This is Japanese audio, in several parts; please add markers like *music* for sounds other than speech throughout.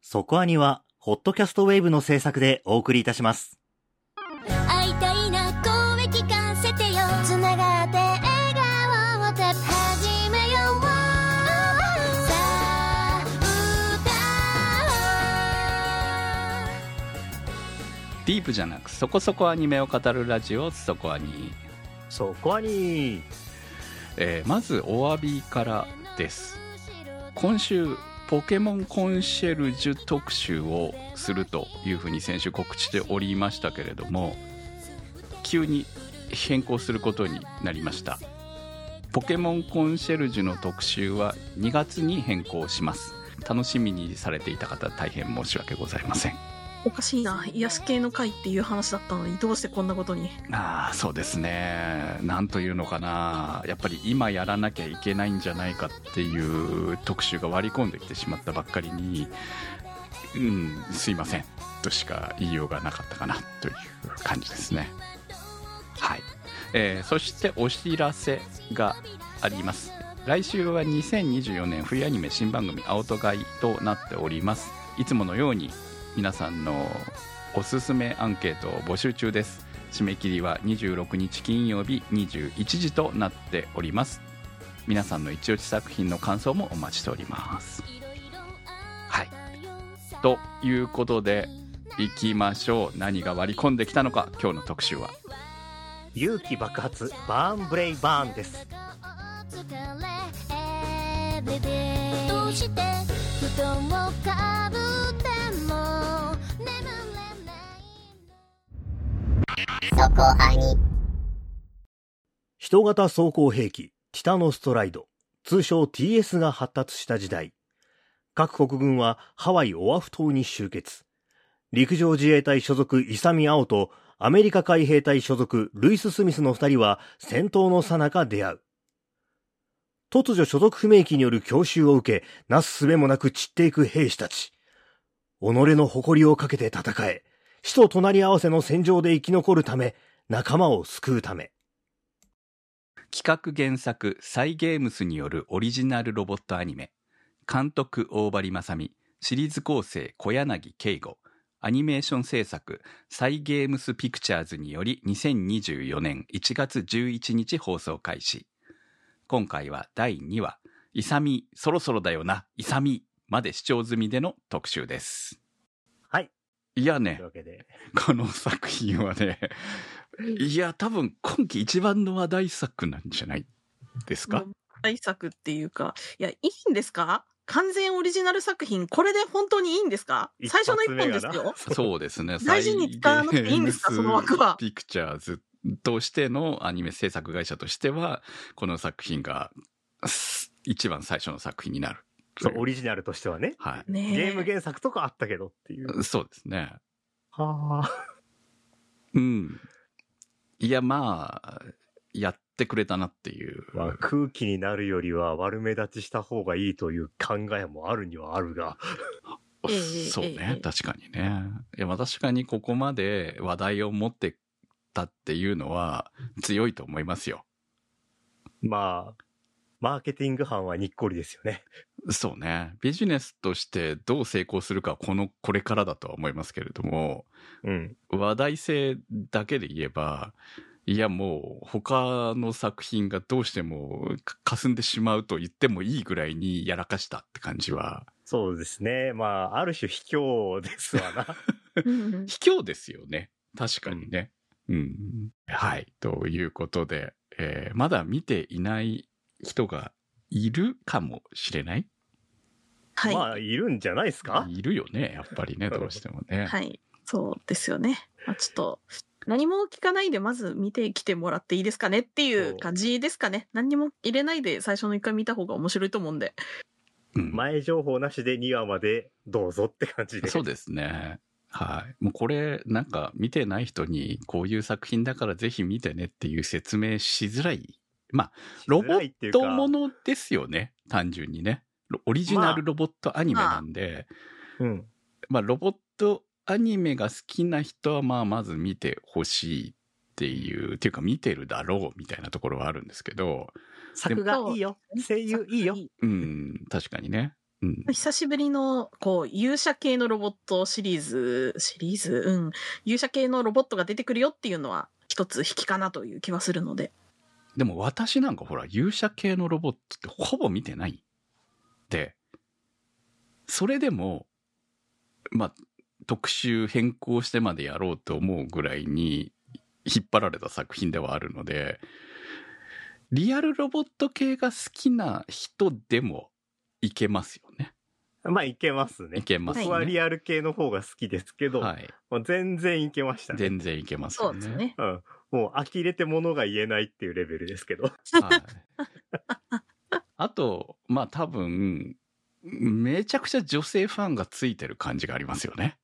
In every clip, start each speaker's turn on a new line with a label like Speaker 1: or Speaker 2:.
Speaker 1: そこアニは、ホットキャストウェーブの制作でお送りいたします。
Speaker 2: 会いたいな声聞かせてよつながって笑顔をた始めようさあ歌おう
Speaker 3: ディープじゃなくそこそこアニメを語るラジオそこアニ、
Speaker 1: そこアニ
Speaker 3: えーまずお詫びからです今週ポケモンコンシェルジュ特集をするというふうに先週告知しておりましたけれども急に変更することになりましたポケモンコンシェルジュの特集は2月に変更します楽しみにされていた方大変申し訳ございません
Speaker 4: おかしいな。癒し系の会っていう話だったのに、どうしてこんなことに。
Speaker 3: ああそうですねなんというのかなやっぱり今やらなきゃいけないんじゃないかっていう特集が割り込んできてしまったばっかりにうんすいませんとしか言いようがなかったかなという感じですねはい、えーそしてお知らせがあります来週は2024年冬アニメ新番組「アウトガイ」となっておりますいつものように皆さんのおすすめアンケートを募集中です締め切りは26日金曜日21時となっております皆さんの一押し作品の感想もお待ちしておりますはいということでいきましょう何が割り込んできたのか今日の特集は
Speaker 1: 勇気爆発、バーンブレイバーンです。
Speaker 2: どうして布団をかぶっても眠れない
Speaker 1: 人型装甲兵器、ティタノストライド、通称 TS が発達した時代。各国軍はハワイオアフ島に集結。陸上自衛隊所属イサミ・アオとアメリカ海兵隊所属ルイス・スミスの二人は戦闘の最中出会う。突如所属不明機による強襲を受け、なすすべもなく散っていく兵士たち。己の誇りをかけて戦え、死と隣り合わせの戦場で生き残るため、仲間を救うため。
Speaker 3: 企画原作サイ・ゲームスによるオリジナルロボットアニメ監督大張正美シリーズ構成小柳圭吾アニメーション制作サイ・ゲームス・ピクチャーズにより2024年1月11日放送開始今回は第2話「イサミそろそろだよなイサミ」まで視聴済みでの特集です
Speaker 1: はい
Speaker 3: いや
Speaker 1: とい
Speaker 3: ね
Speaker 1: うわけで。
Speaker 3: この作品はねいや多分今季一番の話題作なんじゃないですか
Speaker 4: 対策っていうか、いや、いいんですか完全オリジナル作品、これで本当にいいんですか
Speaker 1: 一
Speaker 4: 最
Speaker 1: 発
Speaker 4: 初の一
Speaker 1: 目が
Speaker 4: 本で
Speaker 1: な
Speaker 4: すよ。
Speaker 3: そうですね。
Speaker 4: 大事に使わなくていいんですか
Speaker 3: サイ
Speaker 4: その枠は
Speaker 3: ピクチャーズとしてのアニメ制作会社としては、この作品がす一番最初の作品になる。
Speaker 1: そう、オリジナルとしてはね。
Speaker 3: は
Speaker 4: ねえ
Speaker 1: ゲーム原作とかあったけどっていう。
Speaker 3: い。そうですね。
Speaker 1: はあ。
Speaker 3: うん。いや、まあ、やってくれたなっていう。
Speaker 1: まあ、空気になるよりは悪目立ちした方がいいという考えもあるにはあるが。
Speaker 4: え
Speaker 3: *laughs*
Speaker 4: え
Speaker 3: そう
Speaker 4: え
Speaker 3: ね
Speaker 4: え。
Speaker 3: 確かにね。いや、まあ確かにここまで話題を持ってたっていうのは強いと思いますよ。
Speaker 1: まあ、マーケティング班はにっこりですよね。
Speaker 3: そうね。ビジネスとしてどう成功するかはこの、これからだとは思いますけれども、
Speaker 1: うん。
Speaker 3: 話題性だけで言えば、いやもう他の作品がどうしてもか霞んでしまうと言ってもいいぐらいにやらかしたって感じは、
Speaker 1: そうですね。まあ、ある種卑怯ですわ
Speaker 3: *laughs*
Speaker 1: な。
Speaker 4: うんうん
Speaker 3: 卑怯ですよね。確かにね。うん。はい。ということで、えーまだ見ていない人がいるかもしれない
Speaker 4: はい。
Speaker 1: まあ、いるんじゃないですか
Speaker 3: いるよね。やっぱりね、どうしてもね。
Speaker 4: はい。そうですよね。まあ、ちょっと、何も聞かないで、まず見てきてもらっていいですかねっていう感じですかね。何にも入れないで、最初の一回見た方が面白いと思うんで。
Speaker 3: うん
Speaker 1: 前情報なしで2話までどうぞって感じで。
Speaker 3: そうですね。はい。もうこれ、なんか見てない人に、こういう作品だからぜひ見てねっていう説明しづらい。ロボッ
Speaker 1: ッ
Speaker 3: とものですよね。単純にね。ロオリジナルロボットアニメなんで、
Speaker 1: うん。
Speaker 3: まあ、ロボットアニメが好きな人は、まあ、まず見てほしいっていう、っていうか見てるだろうみたいなところはあるんですけど、
Speaker 1: 作画いいよ。声優いいよ。
Speaker 3: うん、確かにね。ううん
Speaker 4: 久しぶりの、こう、勇者系のロボットシリーズ、シリーズ、うん。勇者系のロボットが出てくるよっていうのは、一つ引きかなという気はするので。
Speaker 3: でも私なんかほら、勇者系のロボットってほぼ見てない。で、それでも、まあ、特集変更してまでやろうと思うぐらいに引っ張られた作品ではあるので、リアルロボット系が好きな人でもいけますよね。
Speaker 1: まあ、いけますね。
Speaker 3: いけますね
Speaker 1: 僕はリアル系の方が好きですけど、
Speaker 3: はい。
Speaker 1: まあ全然いけましたね。
Speaker 3: 全然いけます
Speaker 4: そ
Speaker 3: よ
Speaker 4: う
Speaker 3: ね。
Speaker 4: です。ね。
Speaker 1: うん。もう、呆れて物が言えないっていうレベルですけど。
Speaker 3: はい、あと、まあ多分、めちゃくちゃ女性ファンがついてる感じがありますよね。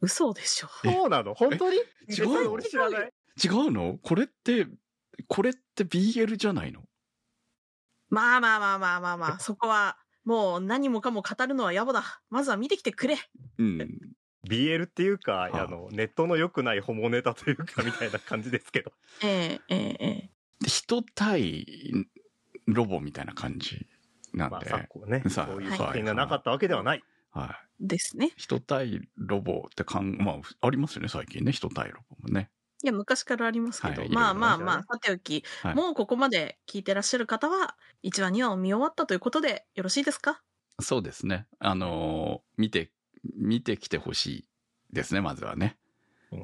Speaker 4: 嘘でしょ。
Speaker 1: そうなの本当に
Speaker 3: 違
Speaker 1: えそれ
Speaker 3: うの
Speaker 1: 俺知らない。
Speaker 3: 違うのこれって、これって BL じゃないの
Speaker 4: まあまあまあまあまあまあ、そこは、もう何もかも語るのは野暮だ。まずは見てきてくれ。
Speaker 3: うん。
Speaker 1: BL っていうか、
Speaker 3: あ
Speaker 1: あの、ネットの良くないホモネタというか、みたいな感じですけど。
Speaker 4: ええええええ
Speaker 3: 人対ロボみたいな感じなん
Speaker 1: まあ、
Speaker 3: で。
Speaker 1: 昨今ね、
Speaker 3: さあ
Speaker 1: そういう
Speaker 4: はい
Speaker 1: 作品がなかったわけではない。
Speaker 3: はい。
Speaker 4: ですね。
Speaker 3: 人対ロボってかん、まあ、ありますよね、最近ね。人対ロボもね。
Speaker 4: いや、昔からありますけど、
Speaker 3: はい
Speaker 4: まあ
Speaker 1: いろいろ
Speaker 4: まあ
Speaker 1: あり
Speaker 4: ま
Speaker 1: ますよ
Speaker 4: あ、さておき、
Speaker 3: はい
Speaker 4: もうここまで聞いてらっしゃる方は、1話、2話を見終わったということで、よろしいですか
Speaker 3: そうですね。あのー見て、見てきてほしいですね、まずはね。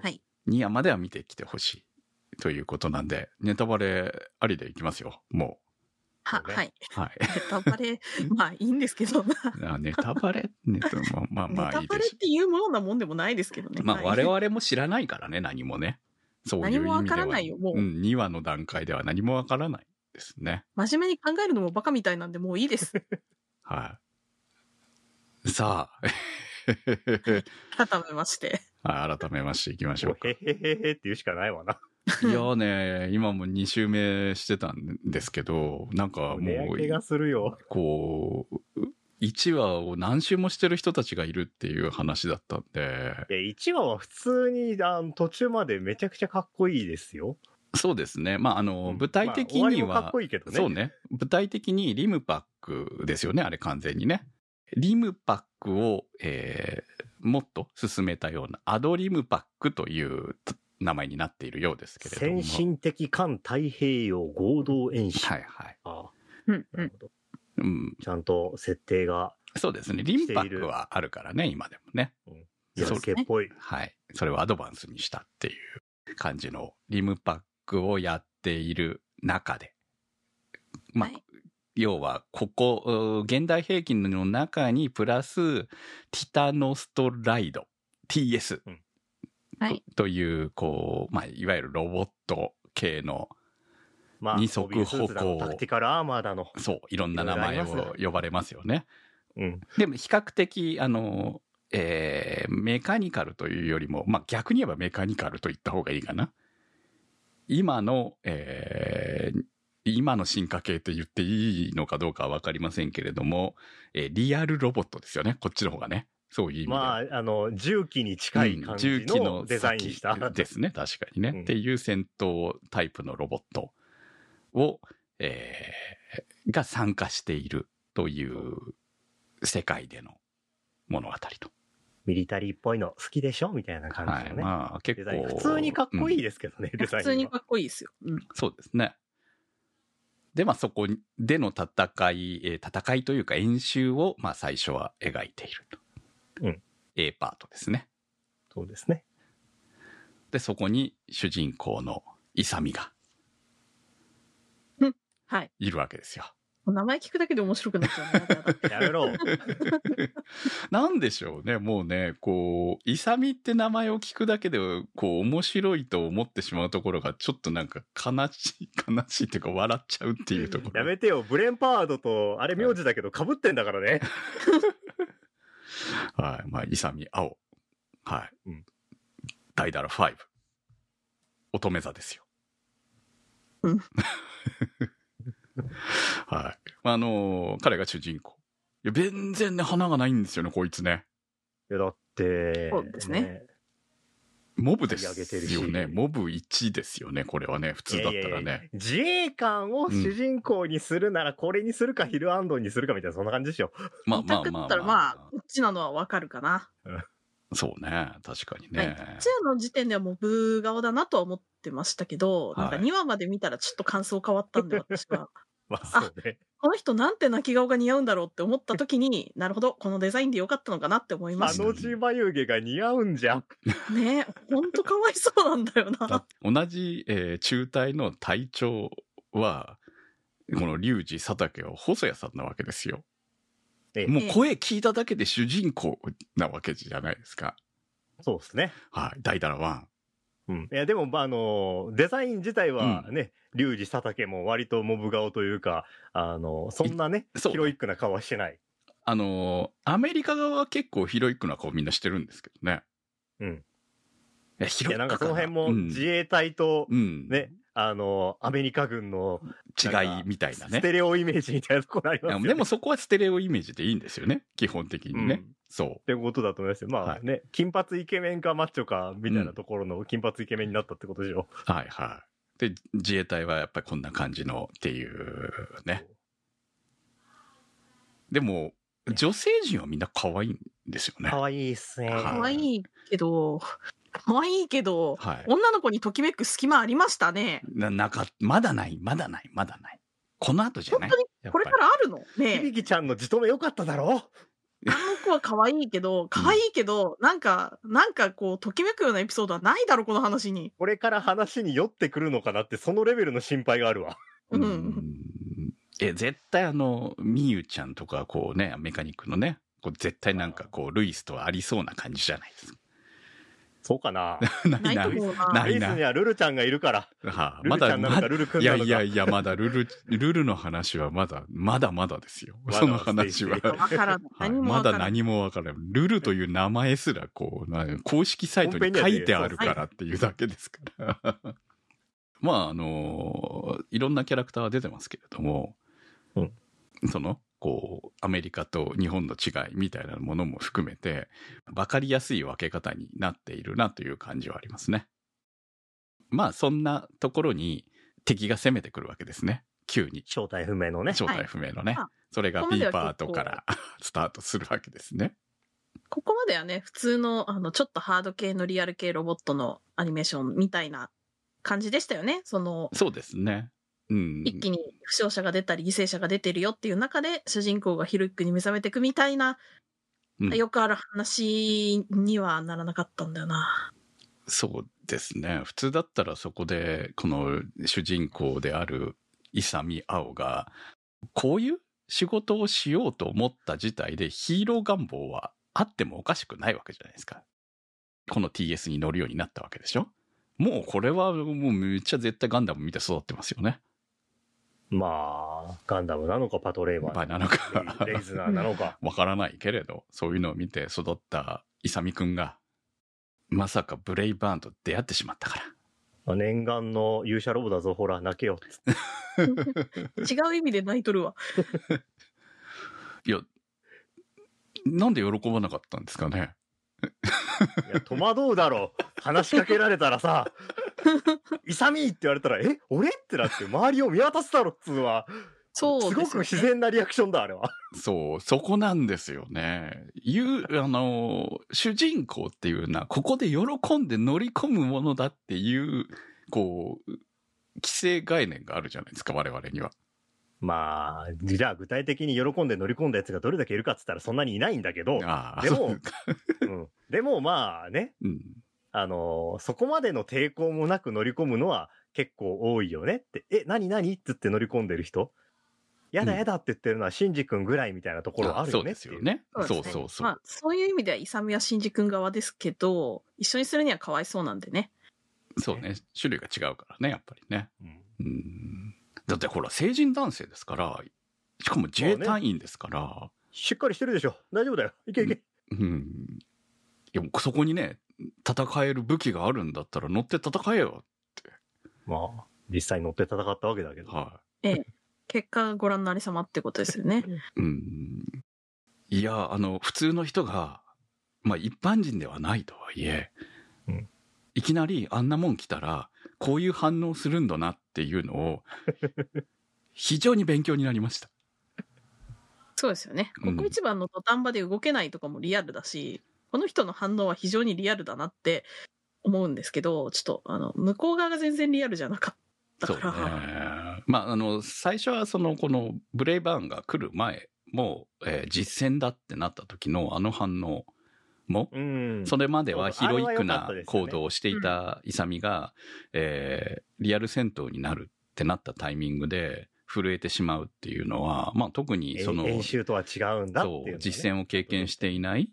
Speaker 4: はい。
Speaker 3: 2話までは見てきてほしいということなんで、ネタバレありでいきますよ、も
Speaker 4: は、
Speaker 1: そうね
Speaker 4: はい。
Speaker 3: う。
Speaker 4: *laughs*
Speaker 3: はい。
Speaker 4: ネタバレ、まあいいんですけど、まあ
Speaker 3: あネタバレネタまあまあ
Speaker 4: ネ
Speaker 3: まあ
Speaker 4: タ
Speaker 3: いい
Speaker 4: バ
Speaker 3: で
Speaker 4: レっ
Speaker 3: す。
Speaker 4: ていうものなもんでもないですけどね。
Speaker 3: まあ
Speaker 4: はい
Speaker 3: 我々も知らないからね、何もね。そういう意味では。
Speaker 4: 何もわからないよもう
Speaker 3: うん、2話の段階では何もわからないですね。
Speaker 4: 真面目に考えるのもバカみたいなんで、もうい
Speaker 3: *laughs*
Speaker 4: いです。
Speaker 3: はい。さあ、
Speaker 4: 改めまして。
Speaker 3: *laughs* はい改めましていきましょう
Speaker 1: もうへへへへって言うしかないわな。
Speaker 3: か。いやね、今も2周目してたんですけど、なんか
Speaker 1: 値上
Speaker 3: もう
Speaker 1: げ、がするよ。
Speaker 3: こう、1話を何周もしてる人たちがいるっていう話だったんで、
Speaker 1: え、1話は普通に、あの、途中までめちゃくちゃかっこいいですよ。
Speaker 3: そうですね。まあ、あの、舞台的
Speaker 1: まあ終わり
Speaker 3: に
Speaker 1: もかっ
Speaker 3: は、
Speaker 1: こいいけどね。
Speaker 3: そうね。舞台的にリムパックですよね、あれ完全にね。リムパックを、えーもっと進めたような、アドリムパックというと名前になっているようですけれども。
Speaker 1: 先進的環太平洋合同演習。
Speaker 3: はいはい。
Speaker 1: ああ
Speaker 4: うんう
Speaker 1: なる
Speaker 4: ん。
Speaker 1: ほど
Speaker 3: うん。
Speaker 1: ちゃんと設定が、
Speaker 3: そうですね。リムパックはあるからね、今でもね。
Speaker 1: やるけっぽい。
Speaker 3: はい。それをアドバンスにしたっていう感じのリムパックをやっている中で。まあ、
Speaker 4: はい
Speaker 3: 要は、ここ、うー現代平均の中にプラス、ティタノストライド、TS
Speaker 1: うん
Speaker 4: はい
Speaker 3: という、こう、まあ、いわゆるロボット系の、
Speaker 1: まあ、
Speaker 3: 二足歩行
Speaker 1: モビルスーツだのタクティカルアーマーだの。
Speaker 3: そう、いろんな名前
Speaker 1: いろいろあり
Speaker 3: を
Speaker 1: ます
Speaker 3: 呼ばれますよね。
Speaker 1: うん。
Speaker 3: でも比較的、あの、えーメカニカルというよりも、まあ、逆に言えばメカニカルと言った方がいいかな。今の、えー今の進化系と言っていいのかどうかはわかりませんけれども、えーリアルロボットですよね。こっちの方がね。そういう意味で。
Speaker 1: まあ、あの、重機に近い感じのデザインにした。
Speaker 3: 先ですね、確かにね。
Speaker 1: うん
Speaker 3: っていう戦闘タイプのロボットを、えーが参加しているという世界での物語と。
Speaker 1: ミリタリーっぽいの好きでしょみたいな感
Speaker 3: は
Speaker 1: じ
Speaker 3: い。
Speaker 1: のね。
Speaker 3: まあ結
Speaker 1: デザイ
Speaker 3: 構。
Speaker 1: ン。普通にかっこいい
Speaker 3: うん
Speaker 1: ですけどね、デザイン
Speaker 4: 普
Speaker 1: は。
Speaker 4: 通にかっこいいですよ。うん。
Speaker 3: そうですね。で、まあそこでの戦い、えー戦いというか演習を、まあ最初は描いていると。
Speaker 1: うん。
Speaker 3: A パートですね。
Speaker 1: そうです
Speaker 3: *laughs*
Speaker 1: ね。
Speaker 3: で、そこに主人公のイサミが
Speaker 4: はい。
Speaker 3: いるわけですよ。
Speaker 4: もう名前聞くだけで面白くなっちゃうなやだやだ。
Speaker 1: やめろ。
Speaker 3: *laughs* なんでしょうね、もうね、こう、イサミって名前を聞くだけで、こう、面白いと思ってしまうところが、ちょっとなんか悲しい、 *laughs* 悲しいというか、笑っちゃうっていうところ。
Speaker 1: やめてよ。ブレンパードと、あれ名字だけど被ってんだからね。
Speaker 3: はい。まあ、イサミ、青。はい。
Speaker 1: うん
Speaker 3: ダイダラ5。乙女座ですよ。
Speaker 4: うん
Speaker 3: *laughs* はい。まああのー彼が主人公。いや、全然ね、花がないんですよね、こいつね。
Speaker 1: いや、だって、
Speaker 4: そうですね
Speaker 3: モブです
Speaker 1: 取り上
Speaker 3: よ
Speaker 1: げて
Speaker 3: ね。
Speaker 1: るし
Speaker 3: モブ1ですよね、これはね。普通だったら
Speaker 1: いやいやいや
Speaker 3: ね。
Speaker 1: 自衛官を主人公にするならこれにするかヒルアンドンにするかみたいなそんな感じでしょ。
Speaker 3: まあ
Speaker 4: 二択だったらまあ、こっちなのはわかるかな。
Speaker 3: そうね。確かに
Speaker 4: はい
Speaker 3: ね。
Speaker 4: 2の時点ではモブ顔だなとは思ってましたけど、なんか
Speaker 3: はい
Speaker 4: 2話まで見たらちょっと感想変わったんで、私は。 *laughs*
Speaker 1: まあそうね。
Speaker 4: この人なんて泣き顔が似合うんだろうって思った時に、なるほど、このデザインでよかったのかなって思いま
Speaker 1: あ
Speaker 4: し
Speaker 1: のち眉毛が似合うんじゃん。
Speaker 4: たね。ほんとかわいそうなんだよな。
Speaker 3: 同じ、えー中隊の隊長は、この龍二佐竹は細谷さんなわけですよ。
Speaker 1: ええ
Speaker 3: もう声聞いただけで主人公なわけじゃないですか。
Speaker 1: そうですね。
Speaker 3: はい。大だらワン。
Speaker 1: うん。いや、でも、まあ、あの、デザイン自体はね、龍二佐竹も割とモブ顔というか、あの、そんなね、
Speaker 3: そう
Speaker 1: ヒロイックな顔はしてない。
Speaker 3: あのーアメリカ側は結構ヒロイックな顔みんなしてるんですけどね。
Speaker 1: うん。
Speaker 3: いや、ヒ
Speaker 1: い
Speaker 3: ロ
Speaker 1: や、
Speaker 3: イッ
Speaker 1: なん
Speaker 3: ク
Speaker 1: かその辺も
Speaker 3: うん
Speaker 1: 自衛隊と、
Speaker 3: うん。
Speaker 1: ね、あの、アメリカ軍の
Speaker 3: 違いみたいな
Speaker 1: ス
Speaker 3: ね。
Speaker 1: テレオイメージみたいなところありますよ
Speaker 3: い
Speaker 1: ね。
Speaker 3: やでもそこはステレオイメージでいいんですよね。基本的にね。
Speaker 1: うん
Speaker 3: そ
Speaker 1: ってことだと思いますよ。まあね、金髪イケメンかマッチョかみたいなところの金髪イケメンになったってことでしょ。
Speaker 3: う。はいはい。で、自衛隊はやっぱりこんな感じのっていうね。でも、女性陣はみんな可愛いんですよね。
Speaker 1: 可愛いっすね。
Speaker 3: は
Speaker 4: かわいいけど、 *laughs* かわいいけど、
Speaker 3: はい。
Speaker 4: 女の子にときめく隙間ありましたね。
Speaker 3: な、なか、まだない、まだない、まだない。この後じゃない
Speaker 4: 本当
Speaker 3: やっ
Speaker 4: これ
Speaker 3: ぱ
Speaker 4: か
Speaker 3: り
Speaker 4: らあるのねえ。
Speaker 1: 響ちゃんの自止め良かっただろ
Speaker 4: あの子は可愛い
Speaker 3: *laughs*
Speaker 4: けど、可愛いけど、なんか、なんかこう、ときめくようなエピソードはないだろ、この話に。
Speaker 1: これから話に酔ってくるのかなって、そのレベルの心配があるわ。
Speaker 4: うん
Speaker 3: うんえ絶対あのみゆちゃんとかこうねメカニックのねこう絶対なんかこうルイスとはありそうな感じじゃないです
Speaker 1: そうかな。
Speaker 3: かない
Speaker 4: ない
Speaker 3: な
Speaker 4: と
Speaker 3: は
Speaker 4: 思う
Speaker 3: *laughs* な
Speaker 4: な。
Speaker 1: レ
Speaker 3: い
Speaker 1: イスにはルルちゃんがいるから、
Speaker 3: あ
Speaker 1: ル
Speaker 3: ま
Speaker 1: ルちゃ
Speaker 3: だ
Speaker 1: んなの
Speaker 3: ま
Speaker 1: か
Speaker 3: だ
Speaker 1: ルルくん
Speaker 3: い
Speaker 1: な
Speaker 3: や
Speaker 1: の
Speaker 3: いや
Speaker 1: か。
Speaker 3: いやまだルルルルの話はまだまだまだですよ
Speaker 1: まだ
Speaker 3: その話は
Speaker 1: まだ
Speaker 4: わからな
Speaker 3: は
Speaker 4: い。
Speaker 3: い
Speaker 4: 何も
Speaker 3: ま
Speaker 4: わか
Speaker 3: だ
Speaker 4: らない。
Speaker 3: 何もわからない。ルルという名前すら、こう、な公式サイトに書いてあるからっていうだけですから。まあ、あのいろんなキャラクターは出てますけれども、
Speaker 1: うん
Speaker 3: その、こう、アメリカと日本の違いみたいなものも含めて、わかりやすい分け方になっているなという感じはありますね。まあ、そんなところに敵が攻めてくるわけですね。急に。
Speaker 1: 正体不明のね。
Speaker 3: 正体不明のね。
Speaker 4: はいあ
Speaker 3: それが
Speaker 4: ここ
Speaker 3: ビ
Speaker 4: まで
Speaker 3: ー
Speaker 4: は
Speaker 3: パートから *laughs* スタートするわけですね。
Speaker 4: ここまではね、普通の、あの、ちょっとハード系のリアル系ロボットのアニメーションみたいな感じでしたよね。その、
Speaker 3: そうですね。うん。
Speaker 4: 一気に負傷者が出たり犠牲者が出てるよっていう中で、主人公がヒルイックに目覚めていくみたいな、
Speaker 3: うん
Speaker 4: よくある話にはならなかったんだよな。
Speaker 3: そうですね。普通だったらそこで、この主人公であるイサミ・アオが、こういう仕事をしようと思った事態でヒーロー願望はあってもおかしくないわけじゃないですか。この TS に乗るようになったわけでしょもうこれはもうめっちゃ絶対ガンダム見て育ってますよね。
Speaker 1: まあ、ガンダムなのか、パトレイバ
Speaker 3: バ
Speaker 1: ー
Speaker 3: イなのか。
Speaker 1: レイレイズナーなのか。
Speaker 3: わからないけれど、そういうのを見て育ったイサミくんが、まさかブレイバーンと出会ってしまったから。
Speaker 1: 念願の勇者ロボだぞ、ほら、泣けよ。
Speaker 4: 違う意味で泣いとるわ。
Speaker 3: いや、なんで喜ばなかったんですかね。
Speaker 1: いや、戸惑うだろう。話しかけられたらさ、
Speaker 3: *laughs*
Speaker 1: イサミーって言われたら、え俺ってなって、周りを見渡すだろっつうのは、
Speaker 4: そうですすよね
Speaker 1: ごく自然なリアクションだ、あれは。
Speaker 3: そう、そこなんですよね。いう、あの、主人公っていうのは、ここで喜んで乗り込むものだっていう、こう、規制概念があるじゃないですか、我々には。
Speaker 1: まあ、じゃあ具体的に喜んで乗り込んだやつがどれだけいるかっつったらそんなにいないんだけど、
Speaker 3: ああ、
Speaker 1: でも
Speaker 3: そうか。
Speaker 1: うん、でもまあね、
Speaker 3: *laughs* うん。
Speaker 1: あのーそこまでの抵抗もなく乗り込むのは結構多いよねって、え、何何っつって乗り込んでる人やだ
Speaker 3: うん
Speaker 1: やだって言ってるのはシンジ君ぐらいみたいなところある
Speaker 3: そ
Speaker 1: よ
Speaker 3: う
Speaker 1: ね
Speaker 3: で
Speaker 1: って
Speaker 3: す
Speaker 1: いう
Speaker 3: よね。
Speaker 4: です
Speaker 3: そう
Speaker 4: ね
Speaker 3: そうそう。
Speaker 4: まあ、そういう意味では、イサミはシンジ君側ですけど、一緒にするにはかわいそうなんでね。
Speaker 3: そうね。種類が違うからね、やっぱりね。
Speaker 1: うん
Speaker 3: うんだってほら、成人男性ですから、しかも自衛隊員ですから、
Speaker 1: しっかりしてるでしょ。大丈夫だよ。いけいけ。
Speaker 3: うん。いや、そこにね、戦える武器があるんだったら乗って戦えよ。
Speaker 1: まあ、実際乗って戦ったわけだけど。
Speaker 3: は
Speaker 4: 結果、ご覧のありさまってことですよね。
Speaker 3: い。うん。いや、あの、普通の人が、まあ一般人ではないとはいえ、
Speaker 1: うん
Speaker 3: いきなりあんなもん来たら、こういう反応するんだなっていうの
Speaker 1: *laughs*
Speaker 3: を、非常に勉強になりました。
Speaker 4: そうですよね。
Speaker 3: う
Speaker 4: こ
Speaker 3: ん
Speaker 4: こ一番の土壇場で動けないとかもリアルだし、この人の反応は非常にリアルだなって思うんですけど、ちょっと、あの、向こう側が全然リアルじゃなかった
Speaker 3: そう
Speaker 4: か
Speaker 3: ね
Speaker 4: ら、。
Speaker 3: まあ、あの、最初はその、このブレイバーンが来る前、もう、えー実践だってなった時のあの反応も、
Speaker 1: うん。
Speaker 3: それまではヒロイック
Speaker 1: あれは良かっ
Speaker 3: な
Speaker 1: たですよね
Speaker 3: 行動をしていたイサミが、えーリアル戦闘になるってなったタイミングで震えてしまうっていうのは、まあ特にその、
Speaker 1: え演習とは違うんだっていう
Speaker 3: そ
Speaker 1: のね、
Speaker 3: う、実践を経験していない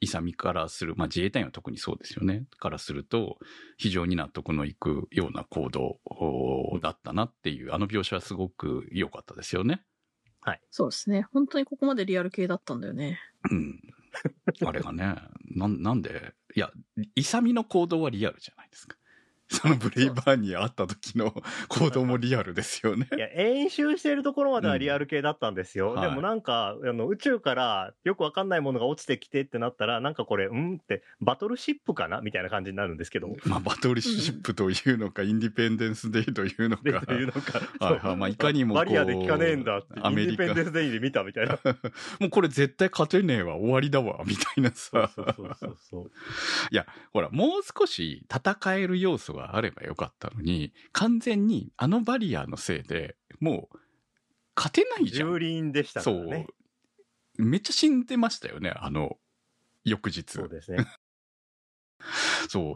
Speaker 3: イサミからする、まあ自衛隊員は特にそうですよね、からすると、非常に納得のいくような行動おだったなっていう、あの描写はすごく良かったですよね。
Speaker 4: そうですね。本当にここまでリアル系だったんだよね。
Speaker 1: *laughs*
Speaker 3: うん。あれがね、なん、なんで、いや、イサミの行動はリアルじゃないですか。そのブレイバーンに会った
Speaker 1: *laughs*
Speaker 3: 時の行動もリアルですよね。
Speaker 1: いや、演習してるところまではリアル系だったんですよ。
Speaker 3: うん
Speaker 1: でもなんか、あの、宇宙からよくわかんないものが落ちてきてってなったら、なんかこれ、うんって、バトルシップかなみたいな感じになるんですけど。
Speaker 3: まあ、バトルシップというのか、インディペンデンスデイというの
Speaker 1: *laughs* で、
Speaker 3: か
Speaker 1: と、いうのか、
Speaker 3: はいはいまあいかにもこう
Speaker 1: バリアで効かねえんだって、
Speaker 3: ア
Speaker 1: イン
Speaker 3: メ
Speaker 1: デ
Speaker 3: リ
Speaker 1: ィ
Speaker 3: カ
Speaker 1: ペンデンスデイで見たみたいな。
Speaker 3: *laughs* もうこれ絶対勝てねえわ、終わりだわ、みたいな
Speaker 1: そう
Speaker 3: さ。
Speaker 1: そうそうそうそう。
Speaker 3: ほら、もう少し戦える要素があればよかったのに、完全にあのバリアのせいで、もう、勝てないじゃん。
Speaker 1: 蹂躙でしたからね。
Speaker 3: そう。めっちゃ死んでましたよね、あの、翌日。
Speaker 1: そ
Speaker 3: そうう
Speaker 1: ですね。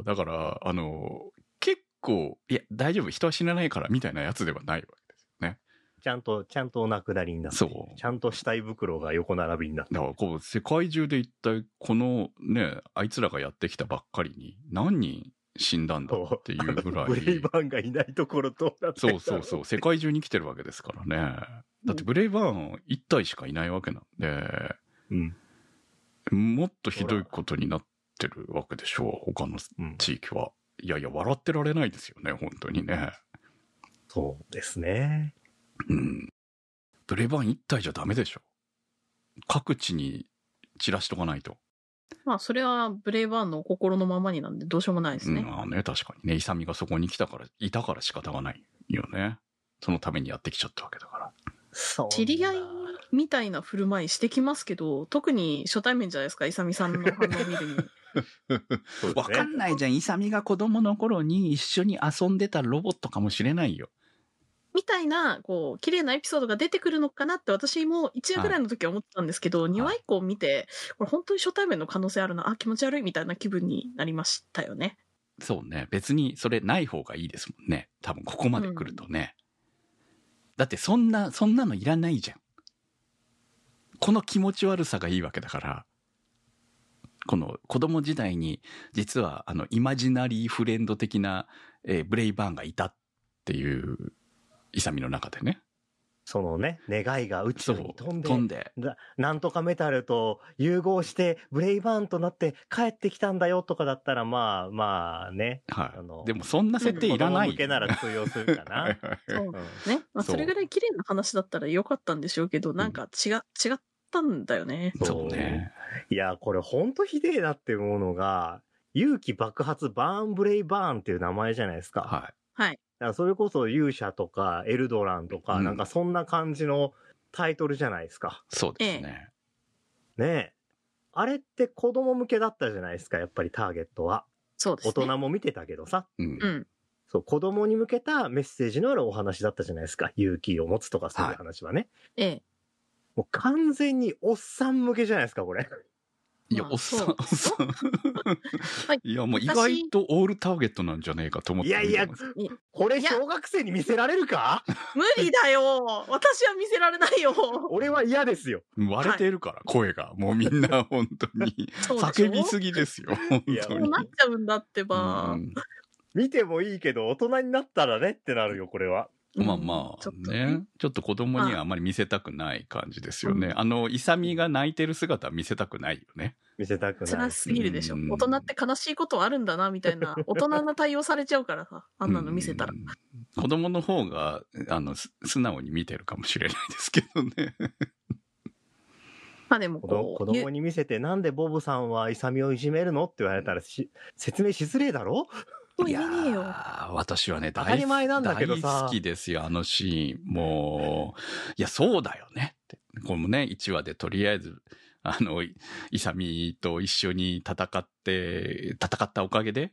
Speaker 3: だから、あの、結構、いや、大丈夫、人は死なないから、みたいなやつではないわけですよね。
Speaker 1: ちゃんと、ちゃんとお亡くなりになって。
Speaker 3: そう
Speaker 1: ちゃんと死体袋が横並びになって。
Speaker 3: だから、こう、世界中で一体、このね、あいつらがやってきたばっかりに、何人死んだんだ
Speaker 1: そう
Speaker 3: っていうぐら
Speaker 1: ブレイ
Speaker 3: い。
Speaker 1: バーンがいないところどうなってんだ
Speaker 3: そ
Speaker 1: ろ
Speaker 3: うそうそう、世界中に来てるわけですからね。だって、ブレイバーン一体しかいないわけなんで、
Speaker 1: う。うん。
Speaker 3: もっとひどいことになってるわけでしょう、他の
Speaker 1: うん。
Speaker 3: 地域は。いやいや、笑ってられないですよね、本当にね。
Speaker 1: そうですね。
Speaker 3: うん。ブレイバーン一体じゃダメでしょ。各地に散らしとかないと。
Speaker 4: まあ、それはブレイバーンのお心のままになんでどうしようもないです
Speaker 3: う
Speaker 4: ね
Speaker 3: ん、。ああね、確かにね、イサミがそこに来たから、いたから仕方がないよね。そのためにやってきちゃったわけだから。
Speaker 1: そう。
Speaker 4: 知り合いみたいな振る舞いしてきますけど、特に初対面じゃないですか、イサミさんの反応見るに。
Speaker 1: そうで
Speaker 3: わ
Speaker 1: す
Speaker 3: か
Speaker 1: ね。
Speaker 3: んないじゃん。イサミが子供の頃に一緒に遊んでたロボットかもしれないよ。
Speaker 4: みたいな、こう、綺麗なエピソードが出てくるのかなって私も一夜ぐらいの時は思ってたんですけど、2話以降見て、これ本当に初対面の可能性あるな、あ、気持ち悪いみたいな気分になりましたよね。
Speaker 3: そうね。別にそれない方がいいですもんね。多分ここまで来るとね。だってそんな、そんなのいらないじゃん。この気持ち悪さがいいわけだから。この子供時代に実はあのイマジナリーフレンド的な、えーブレイバーンがいたっていうイサミの中でね。
Speaker 1: そのね、願いが宇宙に飛んで、
Speaker 3: 飛んで。
Speaker 1: ななんとかメタルと融合して、ブレイバーンとなって帰ってきたんだよとかだったら、まあまあね。
Speaker 3: は
Speaker 1: あの
Speaker 3: い。でもそんな設定いらない。
Speaker 1: 子供向けなら通用するかな。
Speaker 4: そう
Speaker 1: うん
Speaker 4: ね。ま
Speaker 3: *laughs*
Speaker 4: あ、
Speaker 3: そう
Speaker 4: それぐらい綺麗な話だったらよかったんでしょうけど、なんか違、違ったんだよね。
Speaker 3: そうね。
Speaker 1: いや、これほんとひでえなって思うのが、勇気爆発バーンブレイバーンっていう名前じゃないですか。だか
Speaker 3: はい。
Speaker 4: はい。
Speaker 1: らそれこそ勇者とかエルドランとか、
Speaker 3: うん
Speaker 1: なんかそんな感じのタイトルじゃないですか。
Speaker 3: そうですね。
Speaker 1: ねえ。あれって子供向けだったじゃないですか、やっぱりターゲットは。
Speaker 4: そうです
Speaker 1: 大
Speaker 4: ね。
Speaker 1: 人も見てたけどさ。
Speaker 3: うん
Speaker 4: う。ん。
Speaker 1: そう、子供に向けたメッセージのあるお話だったじゃないですか。勇気を持つとかそういう話はね。
Speaker 4: ええ。
Speaker 1: もう完全におっさん向けじゃないですか、これ。
Speaker 3: いや、
Speaker 4: *laughs* まあ
Speaker 3: おっさん、
Speaker 4: そ
Speaker 3: お
Speaker 4: う
Speaker 3: っさん。
Speaker 4: はい
Speaker 3: いや、もう意外とオールターゲットなんじゃねえかと思っ
Speaker 1: い
Speaker 3: て。
Speaker 1: やいや
Speaker 3: 見てます、
Speaker 1: これ小学生に見せられる
Speaker 3: *laughs*
Speaker 1: か
Speaker 4: 無理だよ私は見せられないよ
Speaker 1: 俺は嫌ですよ。
Speaker 3: 割れてるから、声が。もうみんな、本当に。
Speaker 4: *laughs* そうでしょ
Speaker 3: 叫びすぎですよ、本
Speaker 1: いや
Speaker 3: 当
Speaker 4: そう
Speaker 3: に。
Speaker 4: なっちゃうんだってば。
Speaker 1: 見てもいいけど、大人になったらねってなるよ、これは。
Speaker 3: うんまあま
Speaker 4: ちょっ
Speaker 3: あ
Speaker 4: と
Speaker 3: ね。ちょっと子供にはあまり見せたくない感じですよね。あの、イサミが泣いてる姿は見せたくないよね。
Speaker 1: 見せたくな
Speaker 4: 辛
Speaker 1: い。
Speaker 4: すぎるでしょ
Speaker 3: うん。
Speaker 4: 大人って悲しいことあるんだな、みた
Speaker 3: *laughs*
Speaker 4: いな。大人な対応されちゃうからさ、あんなの見せたら
Speaker 3: う。ん。子供の方が、あの、す素直に見てるかもしれないですけどね。
Speaker 4: まあでも
Speaker 1: 子供子
Speaker 4: こう、
Speaker 1: 供に見せて、なんでボブさんは勇をいじめるのって言われたらし説明しづれえだろ
Speaker 4: もう
Speaker 3: い
Speaker 4: 言
Speaker 3: や
Speaker 4: えねえよ。
Speaker 3: ー私はね、大
Speaker 1: 当たり前なんだけどさ
Speaker 3: 大好きですよ、あのシーン。もう、いや、そうだよねって。これもね、1話でとりあえず、あの、いイサミと一緒に戦って、戦ったおかげで、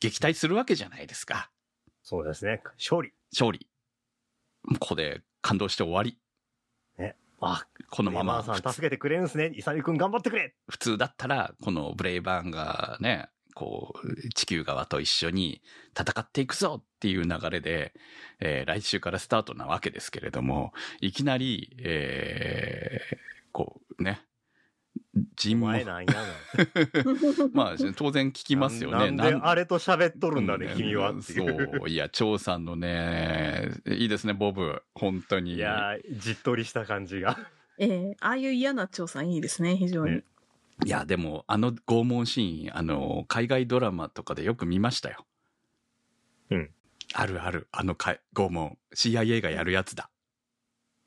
Speaker 3: 撃退するわけじゃないですか。
Speaker 1: そうですね。勝利。
Speaker 3: 勝利。ここで感動して終わり。
Speaker 1: あ、
Speaker 3: このまま
Speaker 1: レイバーンさん助けてくれるんですね。イサミ君頑張ってくれ
Speaker 3: 普通だったら、このブレイバーンがね、こう、地球側と一緒に戦っていくぞっていう流れで、えー来週からスタートなわけですけれども、いきなり、えーこうね、尋
Speaker 1: お前、
Speaker 3: 問
Speaker 1: なんやの。
Speaker 3: *laughs*
Speaker 4: *laughs*
Speaker 3: まあ当然聞きますよね。
Speaker 1: ななんで
Speaker 3: なん
Speaker 1: あれと喋っとるんだね、
Speaker 3: う
Speaker 1: 君はっていう。
Speaker 3: そう。いや、張さんのね、いいですね、ボブ。本当に。
Speaker 1: いやー、じっとりした感じが。
Speaker 4: ええああいう嫌な調査いいですね、非常に。
Speaker 1: ね
Speaker 3: いや、でも、あの拷問シーン、あの、海外ドラマとかでよく見ましたよ。
Speaker 1: うん。
Speaker 3: あるある、あのかい拷問。CIA がやるやつだ。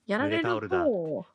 Speaker 4: やられ
Speaker 1: 濡れ
Speaker 4: る
Speaker 1: タ
Speaker 4: と、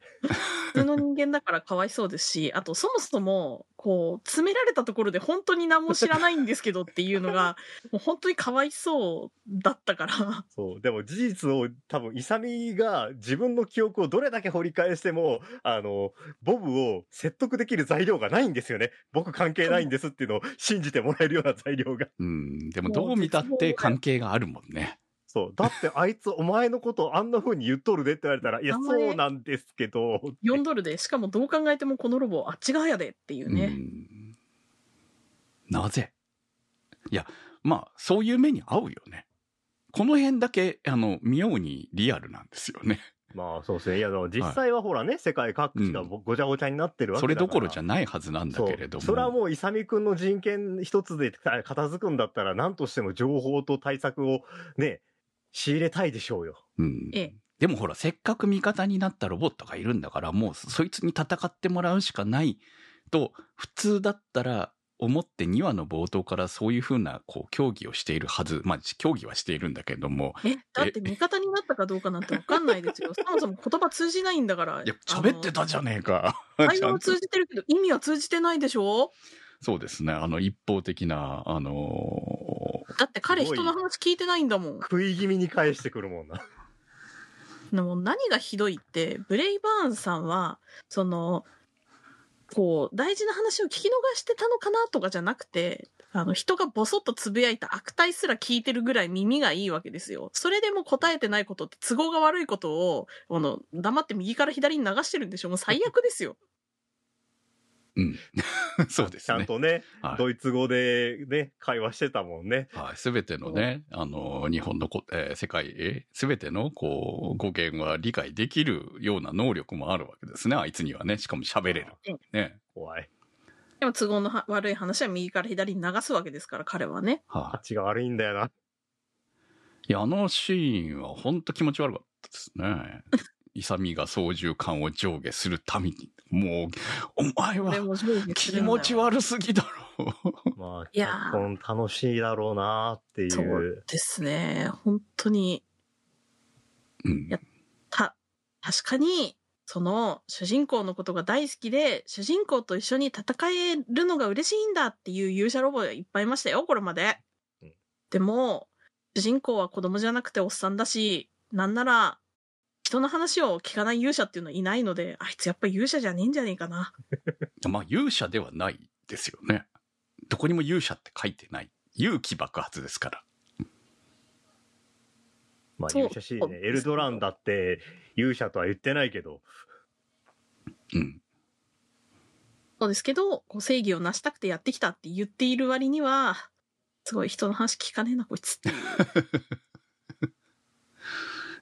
Speaker 4: 普通の人間だからかわいそうですし、 *laughs* あとそもそも、こう、詰められたところで本当に何も知らないんですけどっていう
Speaker 3: *laughs*
Speaker 4: のが、もう本当にかわいそうだったから、 *laughs*
Speaker 1: そう。でも事実を多分、イサミが自分の記憶をどれだけ掘り返しても、あの、ボブを説得できる材料がないんですよね。僕関係ないんですっていうのを信じてもらえるような材料が。
Speaker 3: うん。でも、どう見たっ
Speaker 4: もう絶望だ
Speaker 3: て
Speaker 4: よ
Speaker 3: 関係があるもんね。
Speaker 1: そう。だってあいつお前のことあんな風に言っとるでって言われたら、いや、
Speaker 4: あんまり
Speaker 1: そうなんですけど。
Speaker 4: 4ドルで、しかもどう考えてもこのロボ、あっち側やでっていう
Speaker 3: う
Speaker 4: ね。
Speaker 3: ん。なぜいや、まあ、そういう目に合うよね。この辺だけ、あの、妙にリアルなんですよね。
Speaker 1: まあそうですね。いや、でも実際はほらね、世界各地が
Speaker 3: うん
Speaker 1: ごちゃごちゃになってるわけ
Speaker 3: そ
Speaker 1: だか
Speaker 3: れ
Speaker 1: ら。
Speaker 3: どころじゃないはずなんだ
Speaker 1: そう
Speaker 3: けれども。
Speaker 1: それはもう、イサミ君の人権一つであ片付くんだったら、何としても情報と対策をね、仕入れたいでしょうよ。
Speaker 3: うん
Speaker 4: ええ
Speaker 3: でもほら、せっかく味方になったロボットがいるんだから、もうそいつに戦ってもらうしかないと、普通だったら思って2話の冒頭からそういうふうな、こう、競技をしているはず。まあ、競技はしているんだけども、
Speaker 4: *laughs* え、だって味方になったかどうかなんてわかんないです
Speaker 3: *laughs*
Speaker 4: よ。そもそも言葉通じないんだから。
Speaker 3: いや、喋ってたじゃねえか。
Speaker 4: あの。
Speaker 3: *laughs* ち
Speaker 4: 会
Speaker 3: ゃん
Speaker 4: 話
Speaker 3: と
Speaker 4: は通じてるけど、意味は通じてないでしょ
Speaker 3: そうですね。あの、
Speaker 4: *laughs*
Speaker 3: 一方的な、あの
Speaker 4: だって彼人の話聞いてないんだもん。
Speaker 1: 食い気味に返してくるもんな。
Speaker 4: でも何がひどいって、ブレイバーンさんは、その、こう、大事な話を聞き逃してたのかなとかじゃなくて、あの、人がボソッとつぶやいた悪態すら聞いてるぐらい耳がいいわけですよ。それでも答えてないことって都合が悪いことを、あの、黙って右から左に流してるんでしょもう最悪ですよ。
Speaker 3: うん。そう *laughs* です
Speaker 1: ちゃ
Speaker 3: ね
Speaker 1: ん。とね、
Speaker 3: はい
Speaker 1: ドイツ語でね、会話してたもんね。
Speaker 3: はい、すべてのね、あの、日本のこ、えー世界、すべての、こう、語源は理解できるような能力もあるわけですね、あいつにはね。しかも喋れる。ね。
Speaker 1: 怖い。
Speaker 4: でも都合のは悪い話は右から左に流すわけですから、彼はね。
Speaker 3: はい、
Speaker 1: 価値が悪いんだよな。
Speaker 3: いや、あのシーンは本当気持ち悪かったです
Speaker 4: *laughs*
Speaker 3: ね。イサミが操縦桿を上下するために、もう、お前
Speaker 4: これ
Speaker 3: は
Speaker 4: も上下す
Speaker 3: 気
Speaker 4: るんだよ
Speaker 3: 持ち悪すぎだろう。
Speaker 1: まあ、
Speaker 4: いや
Speaker 1: 結婚楽しいだろうなってい
Speaker 4: そう
Speaker 1: う。
Speaker 4: ですね。本当に。
Speaker 3: うん
Speaker 4: やた、確かに、その、主人公のことが大好きで、主人公と一緒に戦えるのが嬉しいんだっていう勇者ロボがいっぱいいましたよ、これまで
Speaker 1: うん。
Speaker 4: でも、主人公は子供じゃなくておっさんだし、なんなら、人の話を聞かない勇者っていうのはいないので、あいつやっぱり勇者じゃねえんじゃねえかな。
Speaker 3: まあ、勇者ではないですよね。どこにも勇者って書いてない。勇気爆発ですから。
Speaker 1: まあ、
Speaker 4: そう
Speaker 1: 勇者シーンね。
Speaker 4: そう
Speaker 1: エルドランだって勇者とは言ってないけど、
Speaker 3: うん。
Speaker 4: そうですけど、こう正義を成したくてやってきたって言っている割には、すごい人の話聞かねえな、こいつっていう。